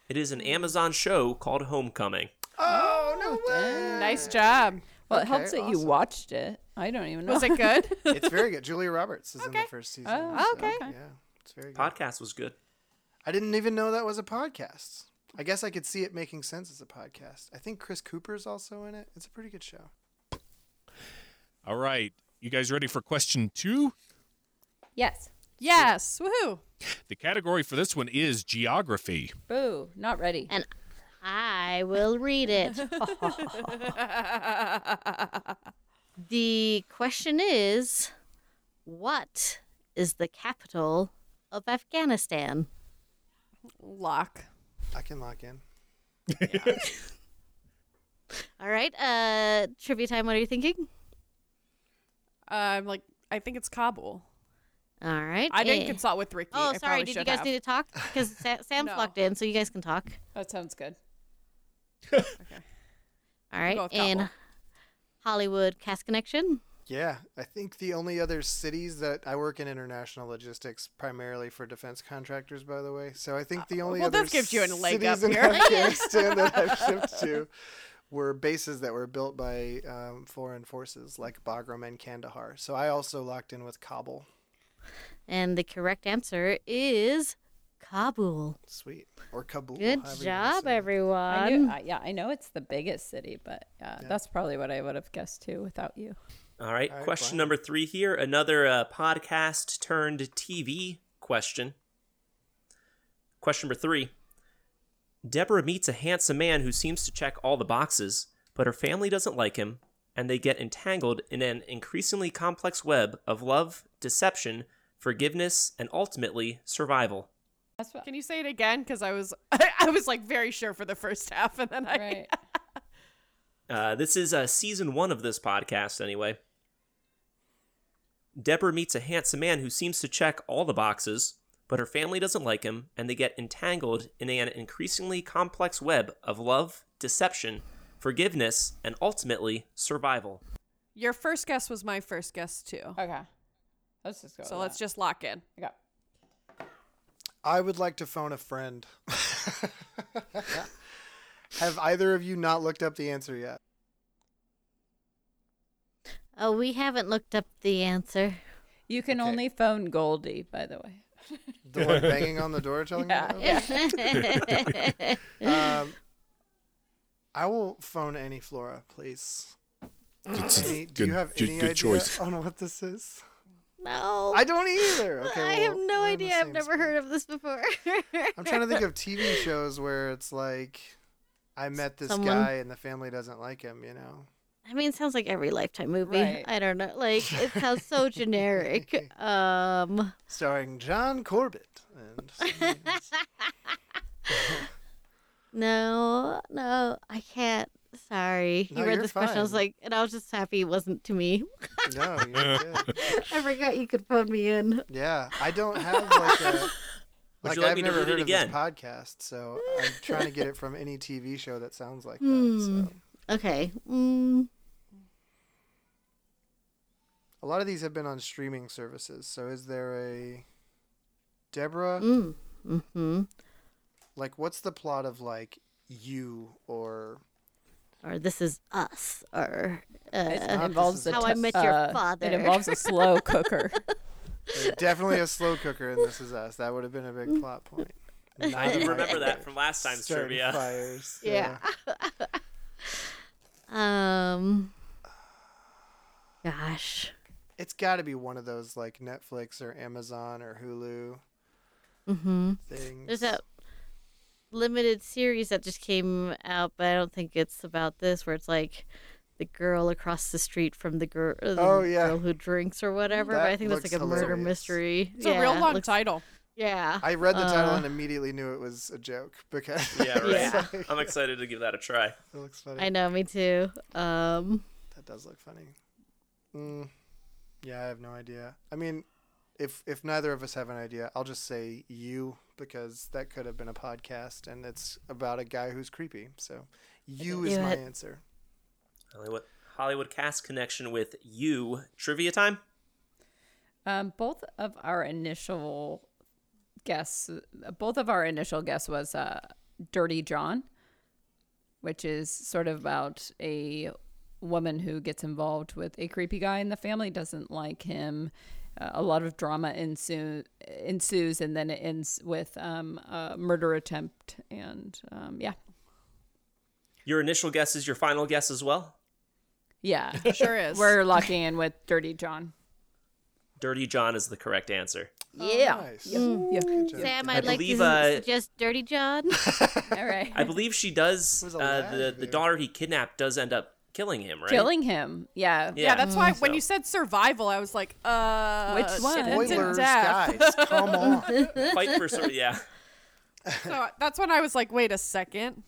it is an Amazon show called Homecoming.
Oh no way!
Nice job.
Well, it helps that
Okay,
you
awesome.
watched it. I don't even know.
Was it good?
It's very good. Julia Roberts is in the first season.
Oh,
okay.
Yeah, it's very good.
Podcast was good.
I didn't even know that was a podcast. I guess I could see it making sense as a podcast. I think Chris Cooper's also in it. It's a pretty good show.
All right. You guys ready for question two?
Yes.
Yes. Woohoo.
The category for this one is geography.
Boo! Not ready.
And I will read it. the question is what is the capital of Afghanistan?
Lock.
I can lock in.
All right, uh trivia time, what are you thinking?
I'm Um, like, I think it's Kabul.
All right.
I didn't
eh.
consult with Ricky.
Oh,
I
sorry.
probably
Did you
should
guys
have.
need to talk? Because Sa- Sam's
No.
locked in, so you guys can talk.
That sounds good.
All right.
go with
and
Kabul.
Hollywood Cast Connection.
Yeah, I think the only other cities that I work in international logistics, primarily for defense contractors, by the way. So I think the only
well,
other
this gives you a leg
cities
up
in
here.
Afghanistan that I've shipped to were bases that were built by um, foreign forces like Bagram and Kandahar. So I also locked in with Kabul.
And the correct answer is Kabul.
Sweet or Kabul.
Good
however you wanna
job,
say it.
everyone.
I knew, I, yeah, I know it's the biggest city, but uh, that's probably what I would have guessed too without you.
All right.
All right,
question
Brian.
number 3 here, another uh, podcast turned TV question. Question number 3. Deborah meets a handsome man who seems to check all the boxes, but her family doesn't like him, and they get entangled in an increasingly complex web of love, deception, forgiveness, and ultimately survival.
That's what.
Can you say it again? Because I was, I was like very sure for the first half, and then I.
Right.
Uh, this is uh, season one of this podcast, anyway. Deborah meets a handsome man who seems to check all the boxes, but her family doesn't like him, and they get entangled in an increasingly complex web of love, deception, forgiveness, and ultimately survival.
Your first guess was my first guess too.
Okay. Let's just go.
So let's just lock in.
I got
I would like to phone a friend. Have either of you not looked up the answer yet?
Oh, we haven't looked up the answer.
You can only phone Goldie, by the way.
The one banging on the door telling
Yeah.
me. that?
Yeah.
Um, I will phone Annie Flora, please.
It's a
Annie, do
good-
you have
good-
any
good
idea
choice.
on what this is?
no.
I don't either. Okay,
I have
well,
no
we're in the
idea. I've
same
never
spot.
heard of this before.
I'm trying to think of TV shows where it's like, I met this
Someone-
guy and the family doesn't like him. You know.
I mean, it sounds like every Lifetime movie.
Right.
I don't know. Like, it sounds so generic. Um,
starring John Corbett. And someone else.
no, no, I can't. Sorry.
No,
you read
you're
this question. I was
fine.
like, and I was just happy it wasn't to me.
no, you're good.
I forgot you could phone me in.
Yeah, I don't have like a. Like
you like
I've
me to
never
read it
heard of
again?
this podcast, so I'm trying to get it from any TV show that sounds like that.
Hmm.
So
Okay. Mm,
a lot of these have been on streaming services. So is there a Deborah?
mm, mm-hmm.
Like, what's the plot of like you or
Or this is us. Or
It
uh,
involves a
How I
t-
Met Your
uh, It
Father.
involves a slow cooker.
there's definitely a slow cooker in This Is Us? That would have been a
Mm.
big plot point.
I do
Not
remember
like
that from last time's
starting
trivia.
Fires.
Yeah. um. Gosh.
it's got to be one of those like Netflix or Amazon or Hulu
Mm-hmm.
things.
There's that limited series that just came out, but I don't think it's about this. Where it's like the girl across the street from the girl.
Oh, yeah.
Girl who drinks or whatever. but
That
I think that's
looks
like a murder
hilarious.
mystery.
It's
yeah,
a real
it
long
looks-
title.
Yeah.
I read the title
Uh,
and immediately knew it was a joke because
Yeah, right.
Yeah.
I'm excited to give that a try.
it looks funny.
I know. Me too. Um.
That does look funny. Mm, yeah, I have no idea. I mean, if if neither of us have an idea, I'll just say you because that could have been a podcast and it's about a guy who's creepy. So you is
Do
my
it.
answer.
Hollywood, Hollywood cast connection with you. Trivia time.
Um, both of our initial guess, both of our initial guess was uh, "Dirty John," which is sort of about a woman who gets involved with a creepy guy in the family, doesn't like him. Uh, a lot of drama ensue, ensues, and then it ends with um, a murder attempt. And um, yeah,
Your initial guess is your final guess as well.
yeah,
Sure is.
we're locking in with "Dirty John."
Dirty John is the correct answer.
yeah.
Nice.
Yeah.
Sam,
I
I'd like
believe,
to
uh, Oh
suggest Dirty John.
All right.
I believe she does.
was a
Uh, the
laugh
the
there.
daughter he kidnapped does end up killing him, right?
Killing him. Yeah.
Yeah, that's why when
So-
you said survival, I was like, uh,
Which
shit,
one?
it's in
Spoilers,
death.
guys. Come on.
Fight for sur- yeah.
So that's when I was like, wait a second.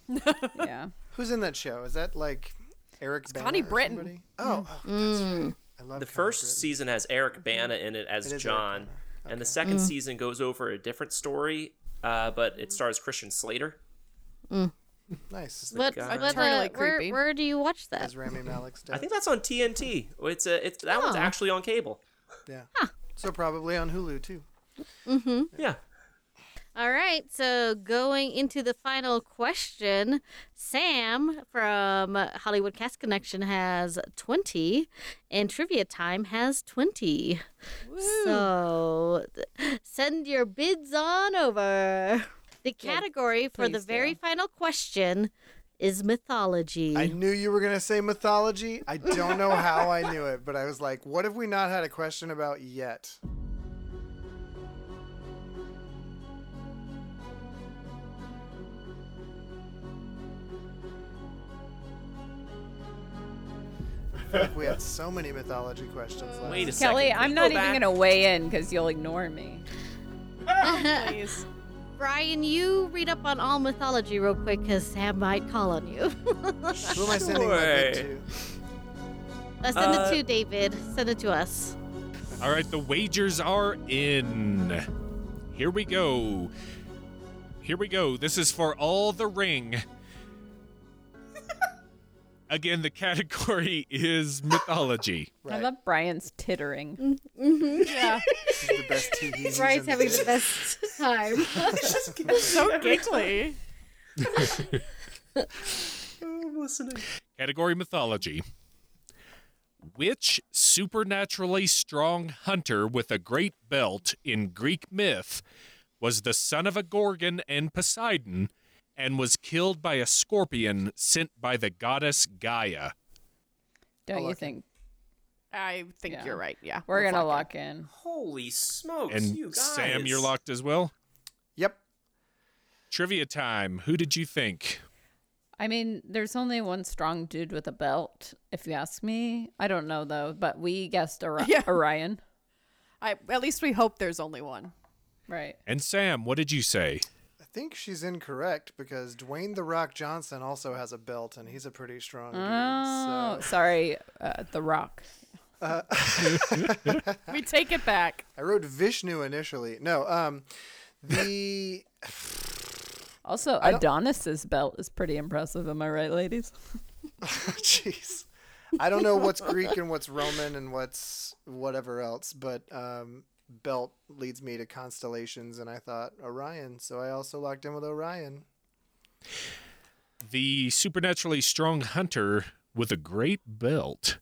Yeah.
Who's in that show? Is that like Eric Bana
Connie
or
Britton.
somebody? Oh, oh,
Mm.
that's right. I love
The
Connie
first
Britton.
season has Eric Bana in it
It
as
is Eric
John,
Bana.
and the second
Mm.
season goes over a different story, uh, but it stars Christian Slater.
Nice.
What?
guy.
what
Eternally
uh, where,
creepy.
where do you watch that?
Is Rami Malek's death?
I think that's on TNT. It's a, it's that one's
Oh.
actually on cable.
Yeah. So probably on Hulu too.
Yeah.
All right, so going into the final question, Sam from Hollywood Cast Connection has 20, and Trivia Time has 20. So th- send your bids on over. The category for the
please do.
very final question is mythology.
I knew you were gonna say mythology. I don't know how I knew it, but I was like, what have we not had a question about yet? I feel like we had so many mythology questions last
Wait a second.
Kelly,
Can we
I'm
go
not even
back?
going to weigh in because you'll ignore me.
Please.
Brian, you read up on all mythology real quick because Sam might call on you.
Who am I sending my bid
Sure.
to?
Uh, send
Uh,
it to David. Send it to us.
All right, the wagers are in. Here we go. Here we go. This is for all the ring. Again, the category is mythology.
I
Right.
love Brian's tittering.
Mm.
This is the best TV. he's in.
best time.
so giggly.
I'm listening.
Category mythology. Which supernaturally strong hunter with a great belt in Greek myth was the son of a Gorgon and Poseidon and was killed by a scorpion sent by the goddess Gaia?
Don't you think?
I think
Yeah.
you're right. Yeah.
We're
let's
gonna
lock
lock in.
Holy smokes,
And
you guys.
Sam, you're locked as well.
Yep.
Trivia time. Who did you think?
I mean, there's only one strong dude with a belt, if you ask me. I don't know though, but we guessed Ori-
Yeah.
Orion,
I, at least we hope there's only one.
right?
And Sam, what did you say?
I think she's incorrect because Dwayne the Rock Johnson also has a belt and he's a pretty strong
Oh,
dude. So
sorry, uh, The Rock.
We take it back.
I wrote Vishnu initially. No, um, the
Also, Adonis's belt is pretty impressive. Am I right, ladies?
Jeez. I don't know what's Greek and what's Roman and what's whatever else, but um, belt leads me to constellations, and I thought Orion, so I also locked in with Orion.
The supernaturally strong hunter with a great belt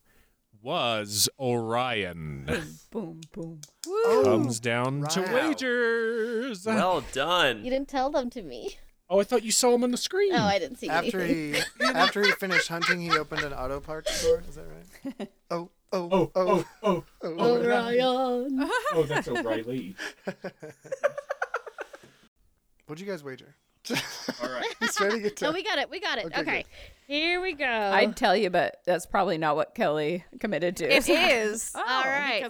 was Orion.
Boom, boom.
Oh,
Comes down to
Right.
wagers.
Well done.
You didn't tell them to me.
oh, I thought you saw him on the screen.
Oh, I didn't see
After
anything.
he after he finished hunting, he opened an auto parts store. Is that right? Oh, oh, oh, oh,
oh,
oh.
Orion.
oh, that's O'Reilly.
What'd you guys wager?
All right.
He's trying to get
No,
to.
we got it. We got it.
Okay,
Okay.
good.
Here we go.
I'd tell you, but that's probably not what Kelly committed to.
It is.
Oh,
All right.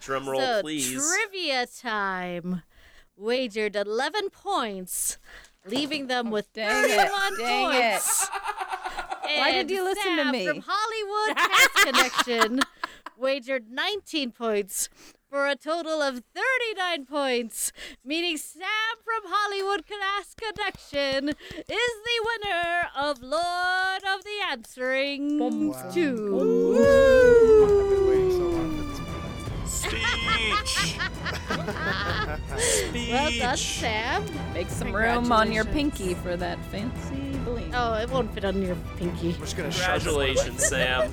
Drum roll,
so
Oh, please.
trivia time. Wagered 11 points, leaving them with
Oh, Dang it!
31
Dang it!
points.
Why did
And
you listen to
Sam
me?
From Hollywood Cast Connection wagered 19 points for a total of 39 points, meaning Sam from Hollywood Cast Connection is the winner of Lord of the Answering
Wow.
2.
I've been waiting so long for this one.
Speech. Speech.
Well done, Sam.
Make some room on your pinky for that fancy bling.
Oh, it won't fit on your pinky.
We're just gonna shove this one.
Congratulations, Sam.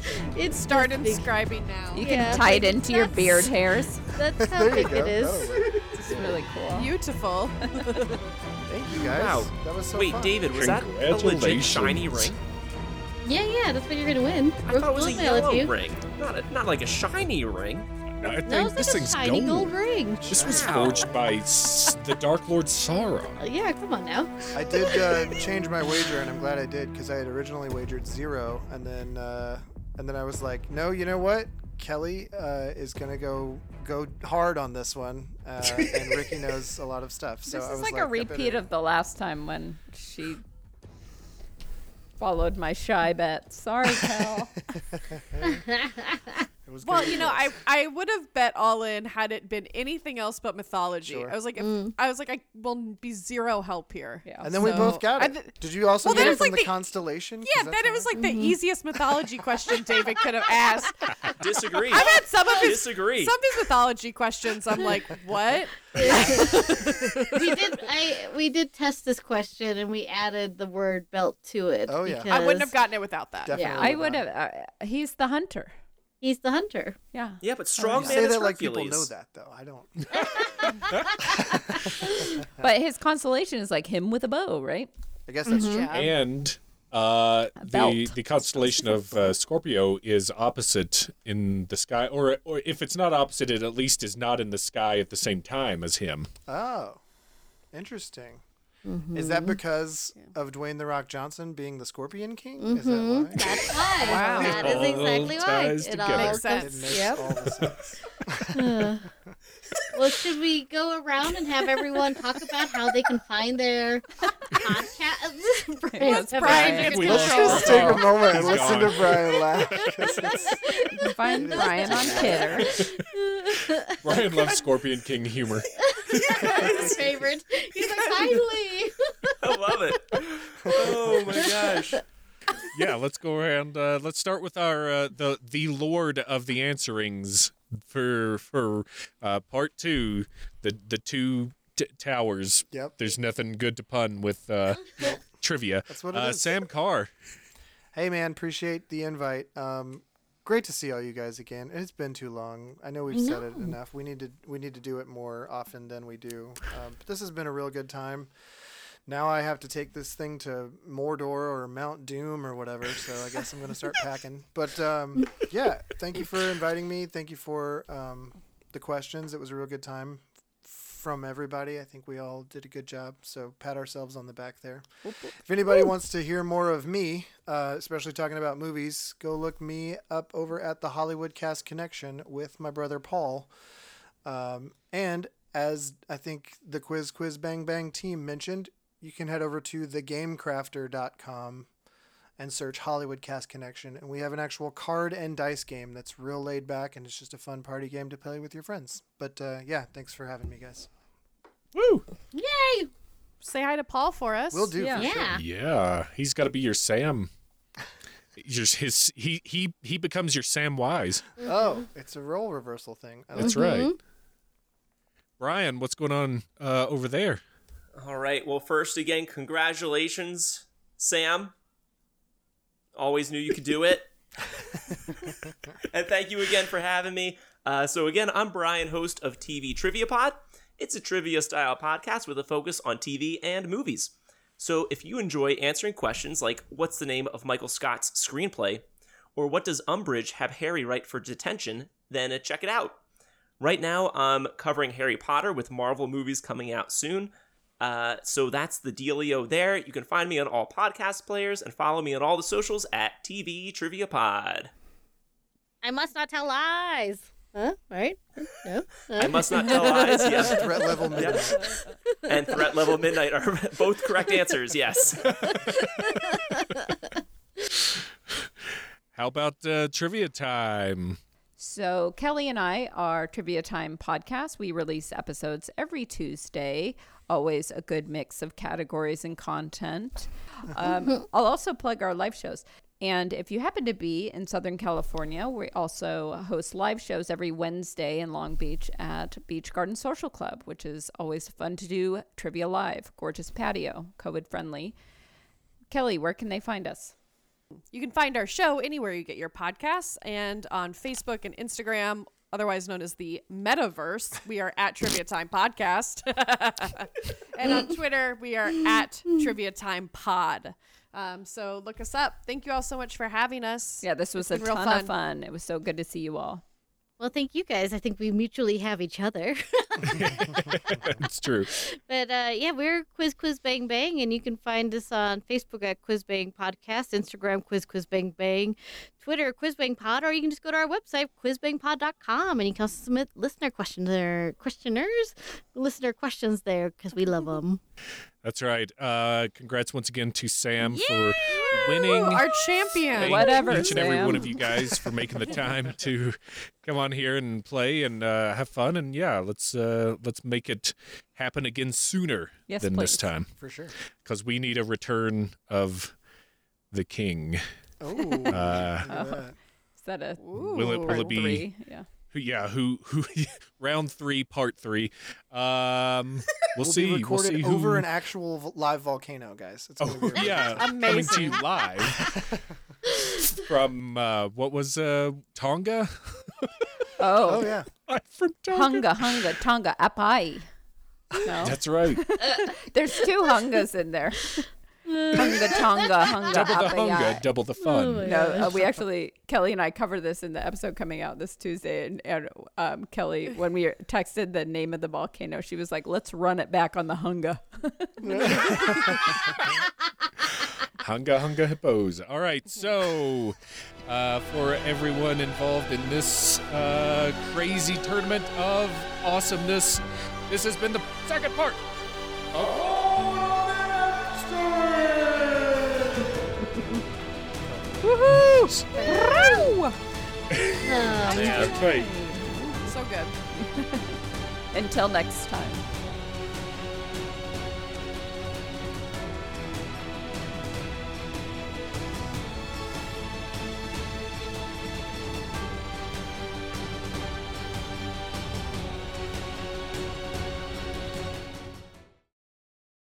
It's
Start
too big.
inscribing now.
You
yeah,
can tie it
like,
into your
that's-
beard hairs.
That's how
There you
big
go.
it is.
That'll work.
It's really cool.
Beautiful.
Thank you guys.
Wow.
That was so
Wait,
fun.
David, was that a legit
Congratulations.
shiny ring?
Yeah, yeah, that's what you're gonna win.
I
We'll-
thought it was a
we'll mail it to
yellow
you.
ring, not a, not like a shiny ring.
I think
No, it's
this
like a
thing's
shiny
gold.
gold ring.
This was forged by s- the Dark Lord Sauron.
Uh, Yeah, come on now.
I did uh, change my wager, and I'm glad I did because I had originally wagered zero, and then uh, and then I was like, no, you know what? Kelly uh, is gonna go go hard on this one, uh, and Ricky knows a lot of stuff. So
This is
I was
like,
like
a repeat of the last time when she followed my shy bet. Sorry, Kel.
Well, you know, I I would have bet all in had it been anything else but mythology. I was like, if, I was like, I will be zero help here.
Yeah.
Mm. And then we both got
I
it.
th-
did you also
Well,
get
then
it
it's
from
like
the,
the-
constellation? 'Cause
Yeah,
that's
then it
how-
was like the easiest mythology question David could have asked.
Disagree.
I've had some of his
Disagree.
some of his mythology questions. I'm like, what?
We did. I we did test this question, and we added the word belt to it.
Oh, yeah.
I wouldn't have
because
gotten it without that.
Definitely
I would
not.
have. Uh, he's the hunter.
He's the hunter.
Yeah.
Yeah, but strong
You
man
say
is
that like people
Hercules.
know that though. I don't.
But his constellation is like him with a bow, right?
I guess that's true.
Yeah.
And uh, the
belt.
the constellation of uh, Scorpio is opposite in the sky, or or if it's not opposite, it at least is not in the sky at the same time as him.
Oh, interesting. Is that because of Dwayne the Rock Johnson being the Scorpion King? Is that why?
That's why.
It
That
all
is exactly why.
ties
It all
together.
Makes sense.
It makes
Yep.
all the sense.
Well, should we go around and have everyone talk about how they can find their podcast? Brian's having
Brian
a
gets
difficult-
We
lost
lost his
Just
control.
take a
dog.
moment and
He's
listen
gone.
to Brian laugh.
You can find Brian on Twitter.
Brian loves Scorpion King humor.
his favorite. He's like, finally.
I love it. Oh my gosh.
yeah, let's go around. Uh, let's start with our uh, the the Lord of the Answerings for for uh, part two. The the two t- towers.
Yep.
There's nothing good to pun with uh, trivia. That's
what it
uh,
is.
Sam Carr.
Hey man, appreciate the invite. Um, great to see all you guys again. It's been too long. I know we've said it enough. We need to we need to do it more often than we do. Um, but this has been a real good time. Now I have to take this thing to Mordor or Mount Doom or whatever. So I guess I'm gonna start packing. But um, yeah, thank you for inviting me. Thank you for um, the questions. It was a real good time from everybody. I think we all did a good job. So pat ourselves on the back there. If anybody wants to hear more of me, uh, especially talking about movies, go look me up over at the Hollywood Cast Connection with my brother Paul. Um, and as I think the Quiz Quiz Bang Bang team mentioned, you can head over to thegamecrafter.com and search Hollywood Cast Connection. And we have an actual card and dice game that's real laid back and it's just a fun party game to play with your friends. But uh, yeah, thanks for having me, guys.
Yay!
Say hi to Paul for us.
Will do.
Yeah.
For sure.
Yeah.
Yeah, he's got to be your Sam. Your, his he he he becomes your Sam Wise.
Oh, it's a role reversal thing. I
That's right. Brian, what's going on uh, over there?
All right. Well, first again, congratulations, Sam. Always knew you could do it. and thank you again for having me. Uh, so again, I'm Brian, host of TV Trivia Pod. It's a trivia style podcast with a focus on TV and movies. So if you enjoy answering questions like what's the name of Michael Scott's screenplay, or what does Umbridge have Harry write for detention, then uh, check it out. Right now, I'm covering Harry Potter with Marvel movies coming out soon. Uh, so that's the dealio there. You can find me on all podcast players and follow me on all the socials at TV Trivia Pod.
I must not tell lies. Huh? Right? No.
I must not tell lies. Yes.
Threat level mid.
Yes. And threat level midnight are both correct answers. Yes.
How about uh, trivia time?
So, Kelly and I are Trivia Time podcast. We release episodes every Tuesday, always a good mix of categories and content. Um, I'll also plug our live shows. And if you happen to be in Southern California, we also host live shows every Wednesday in Long Beach at Beach Garden Social Club, which is always fun to do. Trivia Live, gorgeous patio, COVID friendly. Kelly, where can they find us?
You can find our show anywhere you get your podcasts and on Facebook and Instagram, otherwise known as the Metaverse. We are at Trivia Time Podcast. and on Twitter, we are at Trivia Time Pod. Um, so look us up. Thank you all so much for having us.
Yeah, this was
It's
a
been real
ton
fun.
of fun. It was so good to see you all.
Well, thank you guys. I think we mutually have each other.
It's true.
But uh, yeah, we're Quiz Quiz Bang Bang, and you can find us on Facebook at Quiz Bang Podcast, Instagram Quiz Quiz Bang Bang, Twitter Quiz Bang Pod, or you can just go to our website quizbangpod.com, and you can also submit listener questions there, questioners, listener questions there because we love them.
That's right. Uh, congrats once again to Sam for winning.
Our champion.
Thank
Whatever,
Each and every
Sam.
one of you guys for making the time to come on here and play and uh, have fun. And yeah, let's uh, let's make it happen again sooner
Yes,
than this
please.
time
For sure.
because we need a return of the king.
Oh.
Uh,
look at that.
Is that a
will it will
part
it be?
three? Yeah.
Who, yeah, who who? round three, part three. Um, we'll,
will
see.
be
we'll
recorded
see who...
over an actual v- live volcano, guys. It's gonna
Oh
be
yeah, coming to you live from uh, what was uh, Tonga?
Oh
Oh,
yeah.
I'm from Tonga.
Hunga, Hunga, Tonga, Apai. No,
That's right.
there's two Hungas in there. Hunga, Tonga, Hunga,
double the hunger,
Apai.
double the fun.
No, uh, we actually Kelly and I covered this in the episode coming out this Tuesday, and, and um, Kelly, when we texted the name of the volcano, she was like, "Let's run it back on the Hunga."
Hunga hunga hippos. All right, so uh, for everyone involved in this uh, crazy tournament of awesomeness, this has been the second part.
Woohoo!
That's right.
So good.
Until next time.